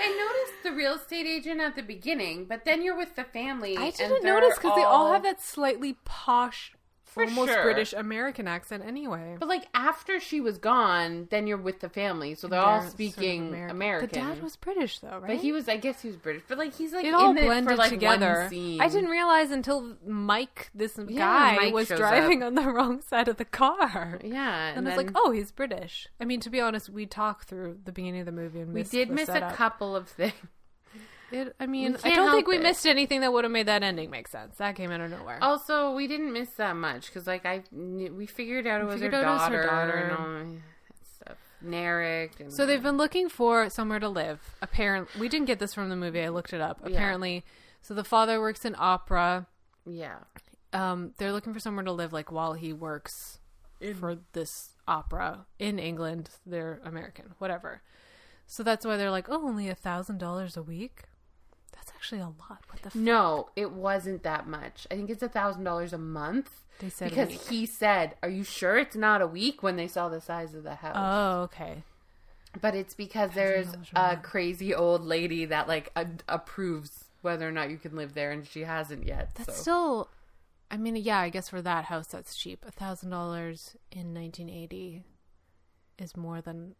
I noticed the real estate agent at the beginning, but then you're with the family.
i
and
didn't
they're
notice because they all have that slightly posh almost
sure.
british american accent anyway
But like after she was gone, then you're with the family, so they're, all
They're sort of
speaking
Ameri-
American.
the dad was british though right
but he was, I guess, he was British. But like he's like
it
in
all
it
blended
for, like,
together.
One scene.
I didn't realize until Mike, this guy,
Yeah, Mike
was
shows
driving on the wrong side of the car.
Yeah,
And, I was like, oh, he's British. I mean, to be honest, we talked through the beginning of the movie and
we
missed
did
the
miss
setup.
a couple of things.
It, I mean, I
can't
don't think we
help it.
missed anything that would have made that ending make sense. That came out of nowhere.
Also, we didn't miss that much because like I, kn- we figured out it was her
figured out it was
daughter,
her
and
daughter.
all that stuff. Narek. And
So they've been looking for somewhere to live. Apparently, we didn't get this from the movie. I looked it up. Apparently, so the father works in opera.
yeah.
um, they're looking for somewhere to live, like while he works for this opera in England. They're American, whatever. So that's why they're like, oh, only a thousand dollars a week. That's actually a lot. What the? F-
No, it wasn't that much. I think it's a thousand dollars a month.
They said a
because
week.
he said, "Are you sure it's not a week?" When they saw the size of the house,
oh, okay.
but it's because there's
$1,000 a
a
month.
crazy old lady that like a- approves whether or not you can live there, and she hasn't yet.
That's
so.
still. I mean, yeah, I guess for that house that's cheap. A thousand dollars in 1980 is more than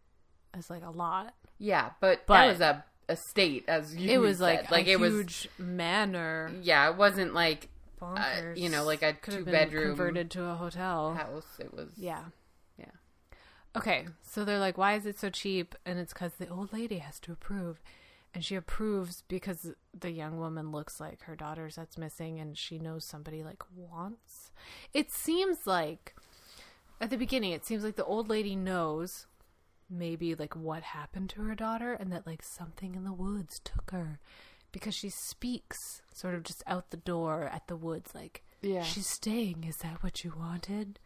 is like a lot.
yeah, but,
But-
that was a estate as you
It was
said.
like
like
a
it was
huge manor.
yeah, it wasn't like
Bonkers.
you know, like a
Could have been
two-bedroom
converted to a hotel.
house. It was
Yeah.
Yeah.
Okay. So they're like, why is it so cheap? And it's because the old lady has to approve. And she approves because the young woman looks like her daughter's that's missing and she knows somebody like wants. It seems like at the beginning, it seems like the old lady knows maybe like what happened to her daughter and that like something in the woods took her because she speaks sort of just out the door at the woods like
Yeah.
she's staying is that what you wanted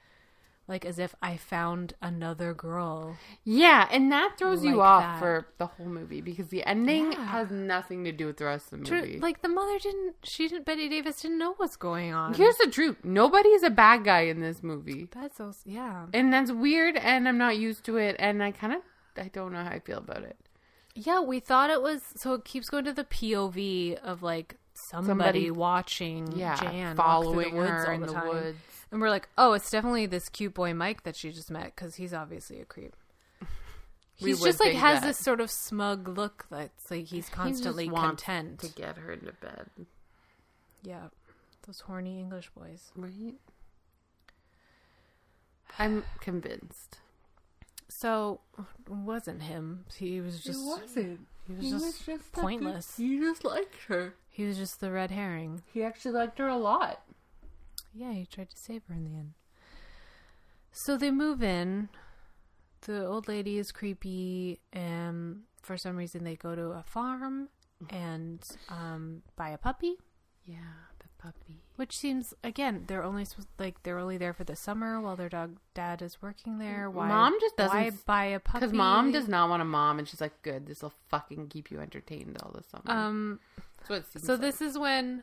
like as if i found another girl
yeah, and that throws
Like
you off
that.
for the whole movie because the ending
Yeah.
has nothing to do with the rest of the
True,
movie.
like the mother didn't she didn't betty davis didn't know what's going on
Here's the truth. Nobody is a bad guy in this movie.
that's also yeah
And that's weird and I'm not used to it and I kind of I don't know how I feel about it.
yeah we thought it was so it keeps going to the pov of like somebody,
Somebody-
watching
yeah,
Jan
following
walk through the woods
her
all
in
the,
the
time.
woods.
And we're like, oh, it's definitely this cute boy Mike that she just met because he's obviously a creep.
We
He's
would
just like
think
has
that.
this sort of smug look that's like he's constantly
wants
content.
to get her into bed,
yeah, those horny English boys.
right? I'm convinced.
So it wasn't him. He was just
wasn't.
he was just, pointless.
He just liked her.
He was just the red herring.
He actually liked her a lot.
Yeah, he tried to save her in the end. So they move in. The old lady is creepy, and for some reason they go to a farm and um, buy a puppy,
Yeah, the puppy.
which seems again they're only supposed, like they're only there for the summer while their dog dad is working there. Why
Mom just doesn't
why
s-
buy a puppy?
Because mom does not want a mom, and she's like, "Good, this will fucking keep you entertained all the summer."
Um,
That's what it seems
So
like.
this is when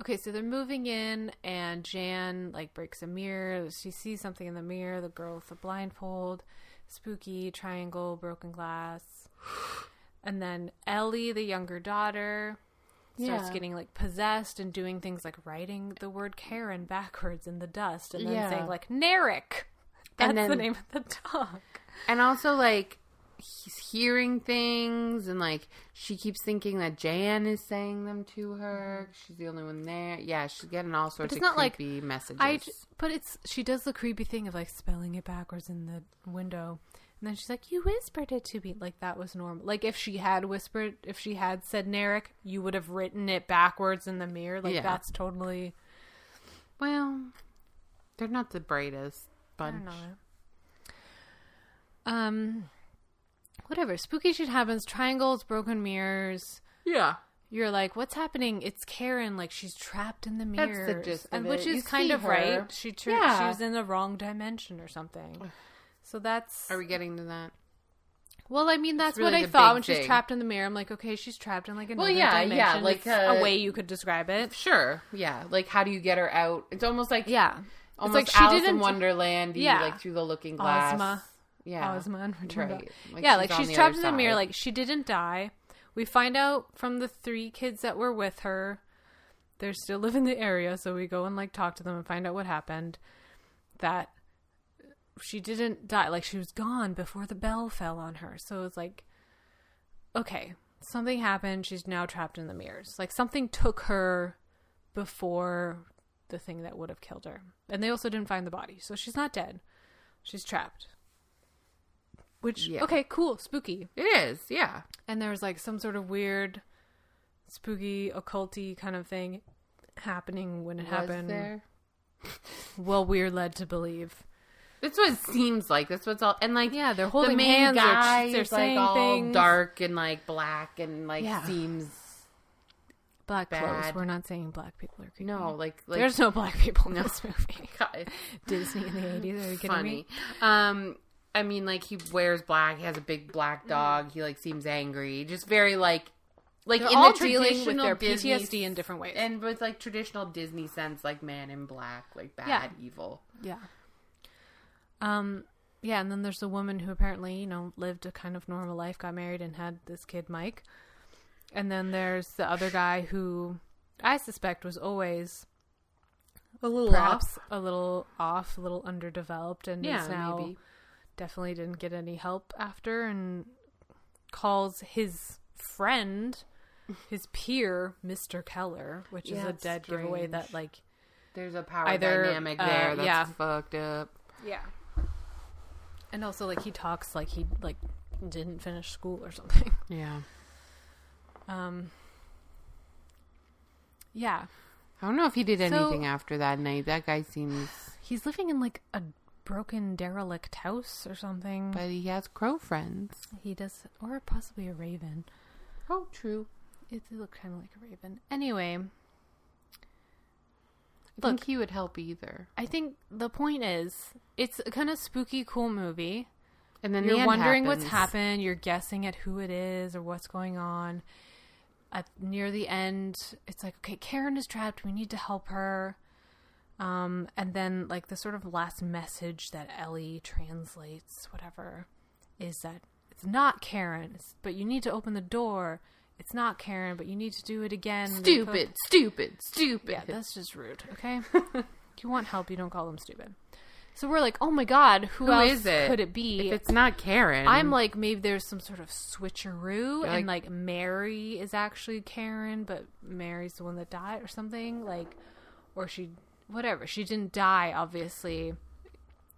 Okay, so they're moving in and Jan like breaks a mirror. She sees something in the mirror, the girl with the blindfold, spooky triangle, broken glass. And then Ellie, the younger daughter, starts
Yeah.
getting like possessed and doing things like writing the word Karen backwards in the dust and then
Yeah.
saying like Narek. That's
And
the
then-
name of the dog.
and also like he's hearing things, and like she keeps thinking that Jan is saying them to her. She's the only one there. Yeah, she's getting all sorts
it's
of
not like-
creepy messages.
I j- but it's she does the creepy thing of like spelling it backwards in the window, and then she's like, "You whispered it to me." Like that was normal. Like if she had whispered, if she had said Narek, you would have written it backwards in the mirror. Like
Yeah.
that's totally.
well, they're not the brightest
I don't
bunch.
know. Um, whatever. Spooky shit happens. Triangles, broken mirrors.
Yeah,
You're like, what's happening? It's Karen. Like she's trapped in the
That's the
mirror,
gist of
and
it.
which
You
is kind
see
of
her.
right. She tr- she
Yeah.
was in the wrong dimension or something. So that's
are we getting to that?
well. I mean, that's
really
what I
the
thought
big
when she's
thing.
trapped in the mirror. I'm like, okay, she's trapped in like another
yeah,
dimension.
yeah, like,
It's a
uh,
way you could describe it.
Sure. Yeah. Like, how do you get her out? It's almost like
Yeah,
almost
like she
Alice
didn't-
in Wonderland.
Yeah.
Yeah, like through the looking glass.
Ozma.
Yeah,
Ozma and Return to-
Right. Like,
yeah,
she's
like
on
she's
the
trapped in
other
the mirror.
side.
Like she didn't die. We find out from the three kids that were with her. They still live in the area, so we go and like talk to them and find out what happened. That she didn't die. Like she was gone before the bell fell on her. So it's like, okay, something happened. She's now trapped in the mirrors. Like something took her before the thing that would have killed her. And they also didn't find the body. So she's not dead. She's trapped. Which
Yeah.
okay, cool, spooky.
it is. Yeah,
And there was like some sort of weird spooky occulty kind of thing happening when it
Was
happened.
there?
Well, we're led to believe.
That's what it seems like. That's what's all. And like,
Yeah, they're
the
holding
main
hands, they're-
guy
they're
is, like,
saying
all
things.
dark and like black and like
Yeah.
seems
Black clothes.
Bad.
We're not saying black people are creepy.
no like like
There's no black people in this movie.
God,
Disney in the 80s. Are you kidding me?
funny. Um, I mean, like he wears black. He has a big black dog. He like seems angry. Just very like like
They're
in
all
the
dealing with
traditional
their
Disney
PTSD in different ways.
and with like traditional Disney sense, like man in black, like bad,
Yeah.
evil.
Yeah. Um. Yeah, and then there's the woman who apparently, you know, lived a kind of normal life, got married, and had this kid, Mike. And then there's the other guy who I suspect was always
A little
perhaps a little off, a little underdeveloped, and
Yeah,
is now
maybe.
definitely didn't get any help after, and calls his friend, his peer, Mr. Keller, which is
Yeah,
a
it's
dead giveaway
strange.
that, like,
There's a power
Either,
dynamic
uh,
there that's
yeah.
fucked up.
Yeah. And also like he talks like he like didn't finish school or something.
Yeah.
Um Yeah.
I don't know if he did anything
So-
after that night. That guy seems,
He's living in like a broken derelict house or something.
but he has crow friends.
he does or possibly a raven.
Oh, true.
It looked kind of like a raven. Anyway,
I think
Look.
he would help either.
I think the point is it's a kind of spooky cool movie.
And then the
you're
end
wondering what's
happens.
happened you're guessing at who it is or what's going on at near the end it's like okay karen is trapped we need to help her um and then like the sort of last message that ellie translates whatever is that it's not karen it's- but you need to open the door it's not Karen, but you need to do it again. They feel like-
Stupid, stupid, stupid.
yeah, that's just rude. Okay, you want help, you don't call them stupid. So we're like, oh my god, who,
Who
else
is it?
could it be?
If it's not Karen,
I'm like, maybe there's some sort of switcheroo, and
Mm. like-
like Mary is actually Karen, but Mary's the one that died or something, like, or she, whatever, she didn't die, obviously.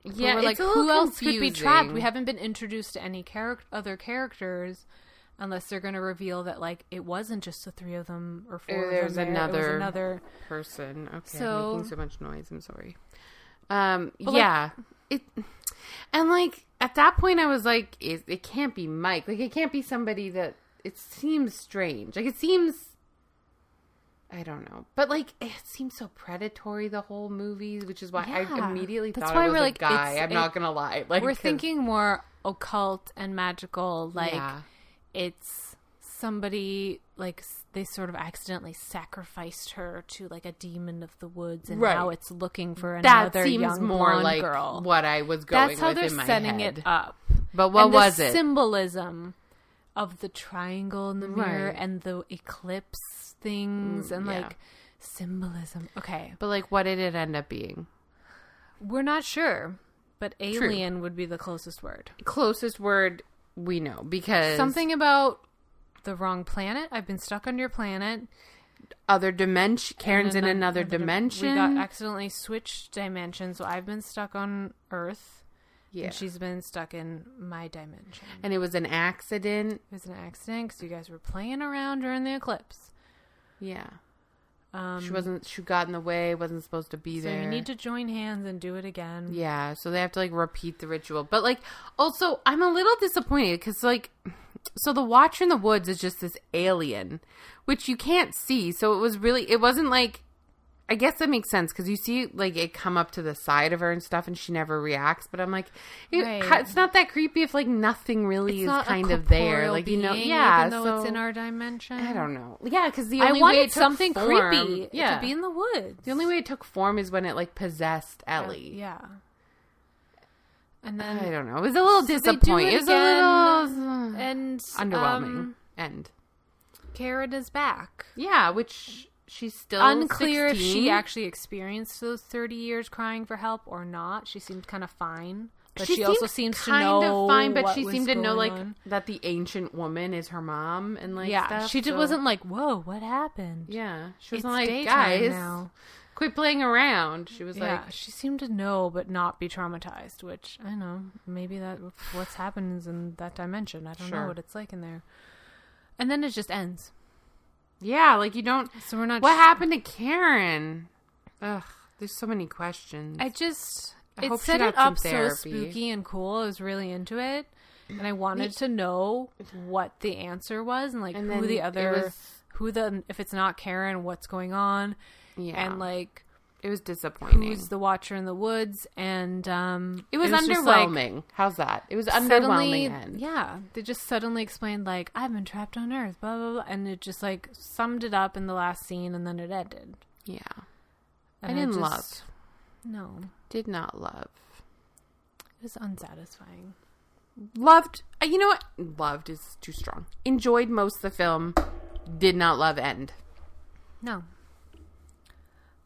Yeah,
yeah,
we're
it's
like,
a little
who else could be trapped? We
confusing.
haven't been introduced to any character, other characters, unless they're going to reveal that like it wasn't just the three of them or four.
Or
of
there's
them there. It was
another-
another.
person. Okay,
So-
I'm making so much noise. I'm sorry. Um,
like-
yeah, it, and like at that point, I was like, it, it can't be Mike. Like, it can't be somebody that it seems strange. Like, it seems. I don't know, but like it seems so predatory the whole movie, which is why
Yeah.
I immediately
That's
thought
why
it was
we're
a
like,
guy.
it's-
I'm
it-
not gonna lie. Like
We're
'cause-
thinking more occult and magical, like
Yeah.
it's somebody like s- they sort of accidentally sacrificed her to like a demon of the woods, and
Right.
now it's looking for
that
another
seems
young
more
blonde
like
girl.
what I was going.
That's how
with
they're
in my
setting
head.
it up.
But what
And the
was it?
Symbolism of the triangle in the mirror
Right. Mm,
and the eclipse things and
yeah.
like symbolism. Okay,
but like, what did it end up being?
we're not sure, but alien would be the closest word.
closest word we know because
Something about the wrong planet. I've been stuck on your planet.
other dimension. Karen's in
And then
another dimension.
We got accidentally switched dimensions, so I've been stuck on Earth.
yeah,
And she's been stuck in my dimension.
and it was an accident.
It was an accident because you guys were playing around during the eclipse.
Yeah,
Um,
she wasn't. She got in the way. wasn't supposed to be
So
there.
you need to join hands and do it again.
Yeah, so they have to like repeat the ritual. But like, also, I'm a little disappointed because like, so the Watcher in the Woods is just this alien, which you can't see. So it was really, it wasn't like, I guess that makes sense because you see like it come up to the side of her and stuff, and she never reacts. But I'm like, it-
Right.
how- it's not that creepy if like nothing really
It's
is
not a
kind of there,
corporeal
like you know,
being,
yeah.
Even though
so
it's in our dimension,
I don't know, yeah, because the
I
only way it
wanted
took
something
form-
creepy.
yeah.
to be in the woods.
the only way it took form is when it like possessed Ellie.
yeah. And then
I don't know. It was a little
they do
disappointing.
it
It was a
again,
little uh,
and
underwhelming
um,
end.
Karen is back.
Yeah, which she's still
Unclear if she
16.
actually experienced those thirty years crying for help or not. She seemed kind of fine, but she,
seemed
also seems to
kind
know
of fine, but
what
she
was
seemed to know
going
like
on.
that the ancient woman is her mom and like
yeah,
stuff,
she did,
so-
wasn't like whoa, what happened?
yeah. She
it's
wasn't like
daytime
guys,
now.
quit playing around. She was
yeah,
like,
she seemed to know but not be traumatized, which I know maybe that what's happens in that dimension. I don't know
Sure.
what it's like in there. And then it just ends.
yeah, like you don't.
So we're not.
What
sh-
happened to Karen? Ugh, there's so many questions.
I just
I
it
hope she
set
got
it up
some
so
therapy.
spooky and cool. I was really into it, and I wanted to know what the answer was and like
And
who
then
the
it
other
was-
who the if it's not Karen, what's going on,
yeah,
and like
it was disappointing.
who's the watcher in the woods, and um,
it was
just, like,
underwhelming. How's that? It was
suddenly,
underwhelming. end.
yeah, they just suddenly explained like I've been trapped on Earth, blah blah blah, and it just like summed it up in the last scene, and then it ended.
yeah.
And
didn't
just- No,
did not love.
it was unsatisfying.
Loved, uh, you know what? Loved is too strong. Enjoyed most of the film. Did not love end.
No,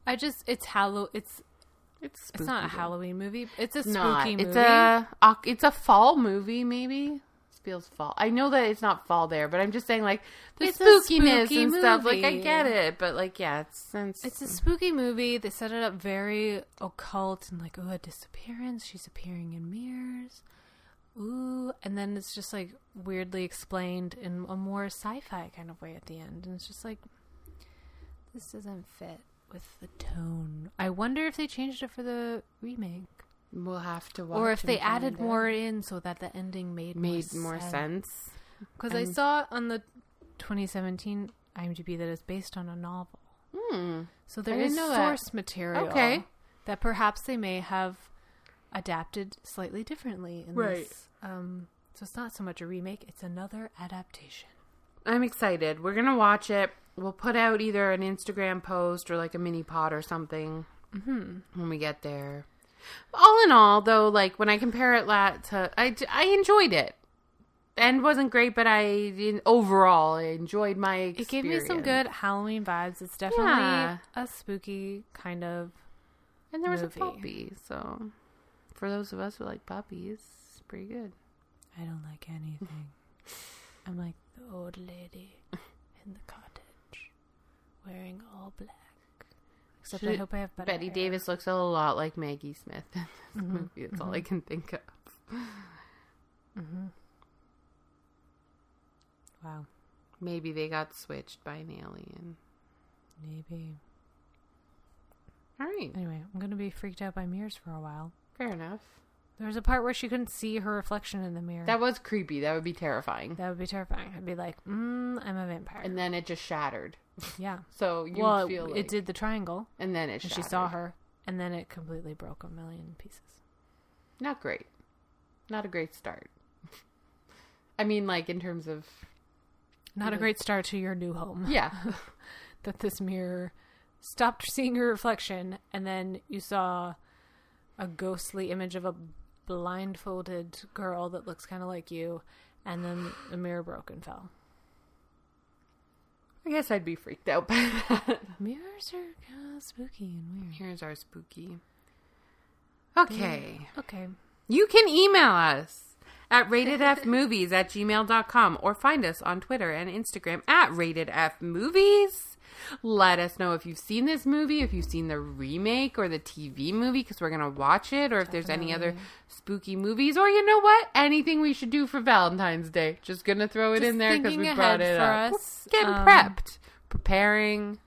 I just it's Hallow. It's
It's
it's not a Halloween movie. It's a spooky
Not.
movie.
It's a oc- it's a fall movie. Maybe This feels fall. I know that it's not fall there, but I'm just saying like the
It's a
spookiness
spooky
and stuff. Like I
movie.
get it, but like yeah, it's it's,
It's a spooky movie. They set it up very occult and like, oh, a disappearance. She's appearing in mirrors. Ooh. And then it's just like weirdly explained in a more sci fi kind of way at the end. And it's just like, this doesn't fit with the tone. I wonder if they changed it for the remake
we'll have to watch
or if they
and find
added
out.
more in so that the ending made,
made more
sense.
sense.
Because I saw on the 2017 IMDb that it's based on a novel. So there
Hmm. didn't
is
know that.
source material.
Okay.
That perhaps they may have adapted slightly differently. In
Right.
This. Um, so it's not so much a remake; it's another adaptation.
I'm excited. We're gonna watch it. We'll put out either an Instagram post or like a mini pod or something when we get there. All in all, though, like when I compare it la- to, I, j- I enjoyed it. end wasn't great, but I didn't, overall I enjoyed my
It
experience.
gave me some good Halloween vibes. It's definitely
Yeah.
a spooky kind of.
And there was
movie.
a puppy, so for those of us who like puppies, it's pretty good.
I don't like anything. I'm like the old lady in the cottage, wearing all black. Except I
She-
hope I have better.
Betty
hair.
Davis looks a lot like Maggie Smith in this movie. That's all I can think of.
Wow,
Maybe they got switched by an alien.
maybe.
All right,
Anyway, I'm gonna be freaked out by mirrors for a while.
fair enough.
There was a part where she couldn't see her reflection in the mirror.
That was creepy. That would be terrifying.
That would be terrifying. I'd be like, mm, I'm a vampire.
And then it just shattered.
yeah.
So you
well,
feel
it,
like,
it did the triangle,
and then
and
it. Shattered.
she saw her, and then it completely broke a million pieces.
Not great. Not a great start. I mean, like in terms of
Not a great start to your new home.
yeah,
That this mirror stopped seeing your reflection, and then you saw a ghostly image of a blindfolded girl that looks kind of like you, and then the mirror broke and fell.
I guess I'd be freaked out by that.
Mirrors are kind of spooky and weird.
Here's our spooky. Okay.
Okay.
You can email us at ratedfmovies at gmail.com or find us on Twitter and Instagram at ratedfmovies. Let us know if you've seen this movie, if you've seen the remake or the TV movie, because we're going to watch it, or if there's any other spooky movies, or you know what? Anything we should do for Valentine's Day. Just going to throw it
Just
in there because we
thinking
brought
ahead
it
for
up.
us,
We're getting
um,
prepped, preparing.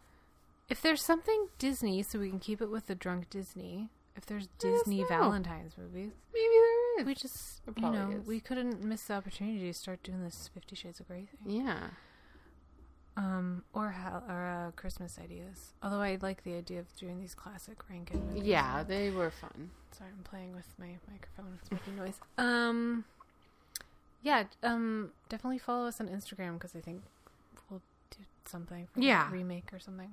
If there's something Disney, so we can keep it with the drunk Disney. If there's
us
Disney
know.
Valentine's movies,
Maybe there is.
we just
There
you
probably
know
is.
we couldn't miss the opportunity to start doing this Fifty Shades of Grey thing,
yeah.
um, or ha- or uh, Christmas ideas. Although I like the idea of doing these classic Rankin. Movies.
Yeah, they were fun.
Sorry, I'm playing with my microphone. It's making noise. Um, yeah. Um, definitely follow us on Instagram because I think we'll do something. For the
Yeah.
remake or something.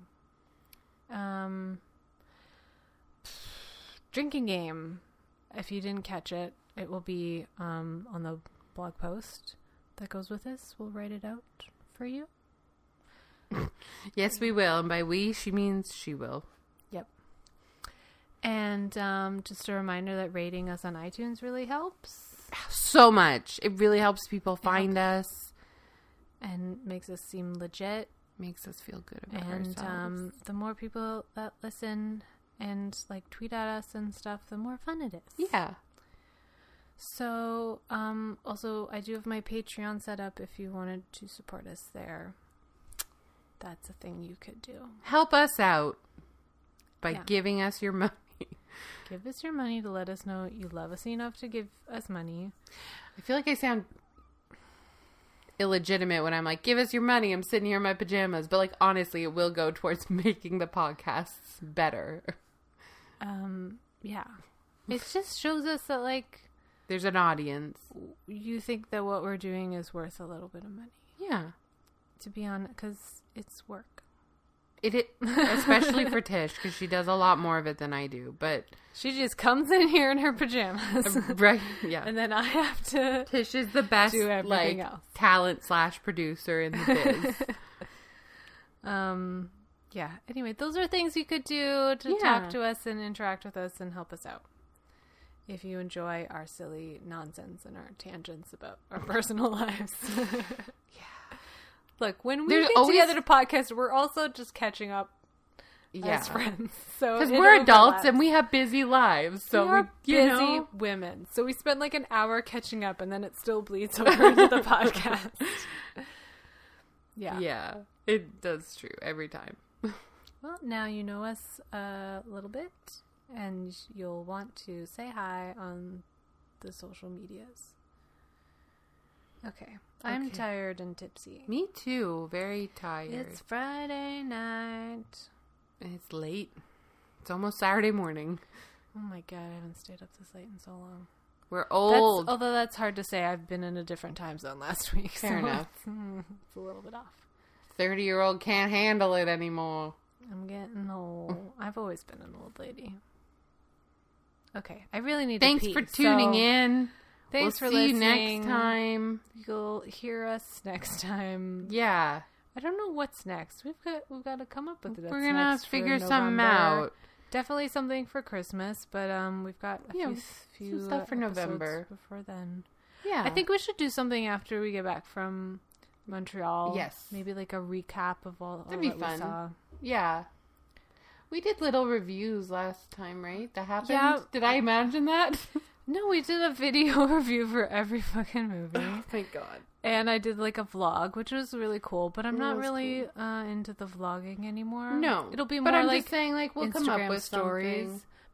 Um, drinking game. If you didn't catch it, it will be um on the blog post that goes with this. We'll write it out for you.
Yes, we will. And by we, she means she will.
Yep. And um, just a reminder that rating us on iTunes really helps.
so much. It really helps people find us,
and makes us seem legit.
makes us feel good about
And
ourselves.
um, the more people that listen and like tweet at us and stuff, the more fun it is.
yeah,
So, um, also, I do have my Patreon set up if you wanted to support us there. That's a thing you could do.
help us out by
Yeah.
giving us your money.
Give us your money to let us know you love us enough to give us money.
I feel like I sound illegitimate when I'm like, "Give us your money." I'm sitting here in my pajamas, but like honestly, it will go towards making the podcasts better.
Um, yeah. It just shows us that, like,
There's an audience.
you think that what we're doing is worth a little bit of money,
Yeah.
to be honest, because it's work.
It, it especially for Tish because she does a lot more of it than I do. But uh,
She just comes in here in her pajamas,
right, yeah.
and then I have to.
Tish is the best
Do everything
like
else.
talent slash producer in the biz.
Um, yeah. Anyway, those are things you could do to
Yeah.
talk to us and interact with us and help us out. If you enjoy our silly nonsense and our tangents about our personal lives. yeah. Look, when we
There's
get
always-
together to podcast, we're also just catching up as friends. So
Because
it
we're adults
overlaps.
and we have busy lives, so
we
we,
are
you
busy
know,
women. So we spend like an hour catching up, and then it still bleeds over into the podcast. Yeah.
yeah, it does true every time.
Well, now you know us a little bit, and you'll want to say hi on the social medias. Okay, I'm tired and tipsy.
Me too. Very tired.
It's
It's,
Friday night.
it's late. It's almost Saturday morning.
Oh my god, I haven't stayed up this late in so long.
We're
That's,
old.
although that's hard to say. I've been in a different time zone last week.
Fair
so
enough.
It's a little bit off.
Thirty-year-old can't handle it anymore.
I'm getting
Oh.
old. I've always been an old lady. Okay, I really need.
Thanks
to pee,
for tuning
so
in.
Thanks
we'll
for
see you
listening.
next time.
You'll hear us next time.
Yeah.
I don't know what's next. We've got we've got to come up with it.
We're gonna figure something out.
Definitely something for Christmas, but um, we've got a
Yeah,
few,
s- some
few
stuff
uh,
for
episodes
November.
before then.
Yeah.
I think we should do something after we get back from Montreal.
Yes.
maybe like a recap of all. all
That'd be
that we
fun.
saw.
Yeah. We did little reviews last time, right? That happened.
Yeah.
Did I imagine that?
No, we did a video review for every fucking movie,
Thank God.
and I did like a vlog, which was really cool. But I'm not
was
really uh, into the vlogging anymore.
No.
it'll be more
But I'm
like
just saying, like, we'll come up
Instagram
with stories.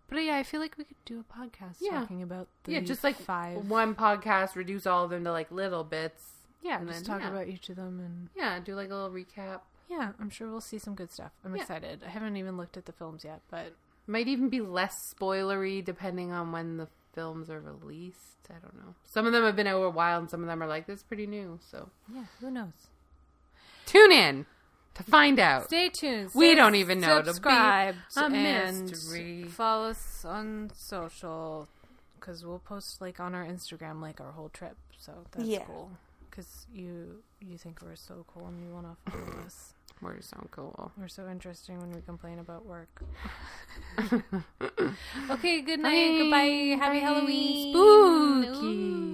But yeah, I feel like we could do a podcast
Yeah.
talking about the
Yeah, just like
five.
one podcast, reduce all of them to like little bits.
yeah,
and
just
then-
talk
yeah.
about each of them, and
Yeah, do like a little recap.
yeah, I'm sure we'll see some good stuff. I'm
Yeah.
excited. I haven't even looked at the films yet, but
Might even be less spoilery depending on when the films are released. I don't know. Some of them have been out a while, and some of them are like this is pretty new. So
yeah, who knows?
tune in to find out.
Stay tuned.
We
Stay
don't even know. It'll be
Subscribe
a
and
mystery.
Follow us on social because we'll post like on our Instagram like our whole trip. So that's
Yeah.
cool. Because you you think we're so cool and you want to follow us.
We're so cool.
We're so interesting when we complain about work. okay, good night.
Bye.
Goodbye. Happy
Bye.
Halloween.
Spooky.
Ooh.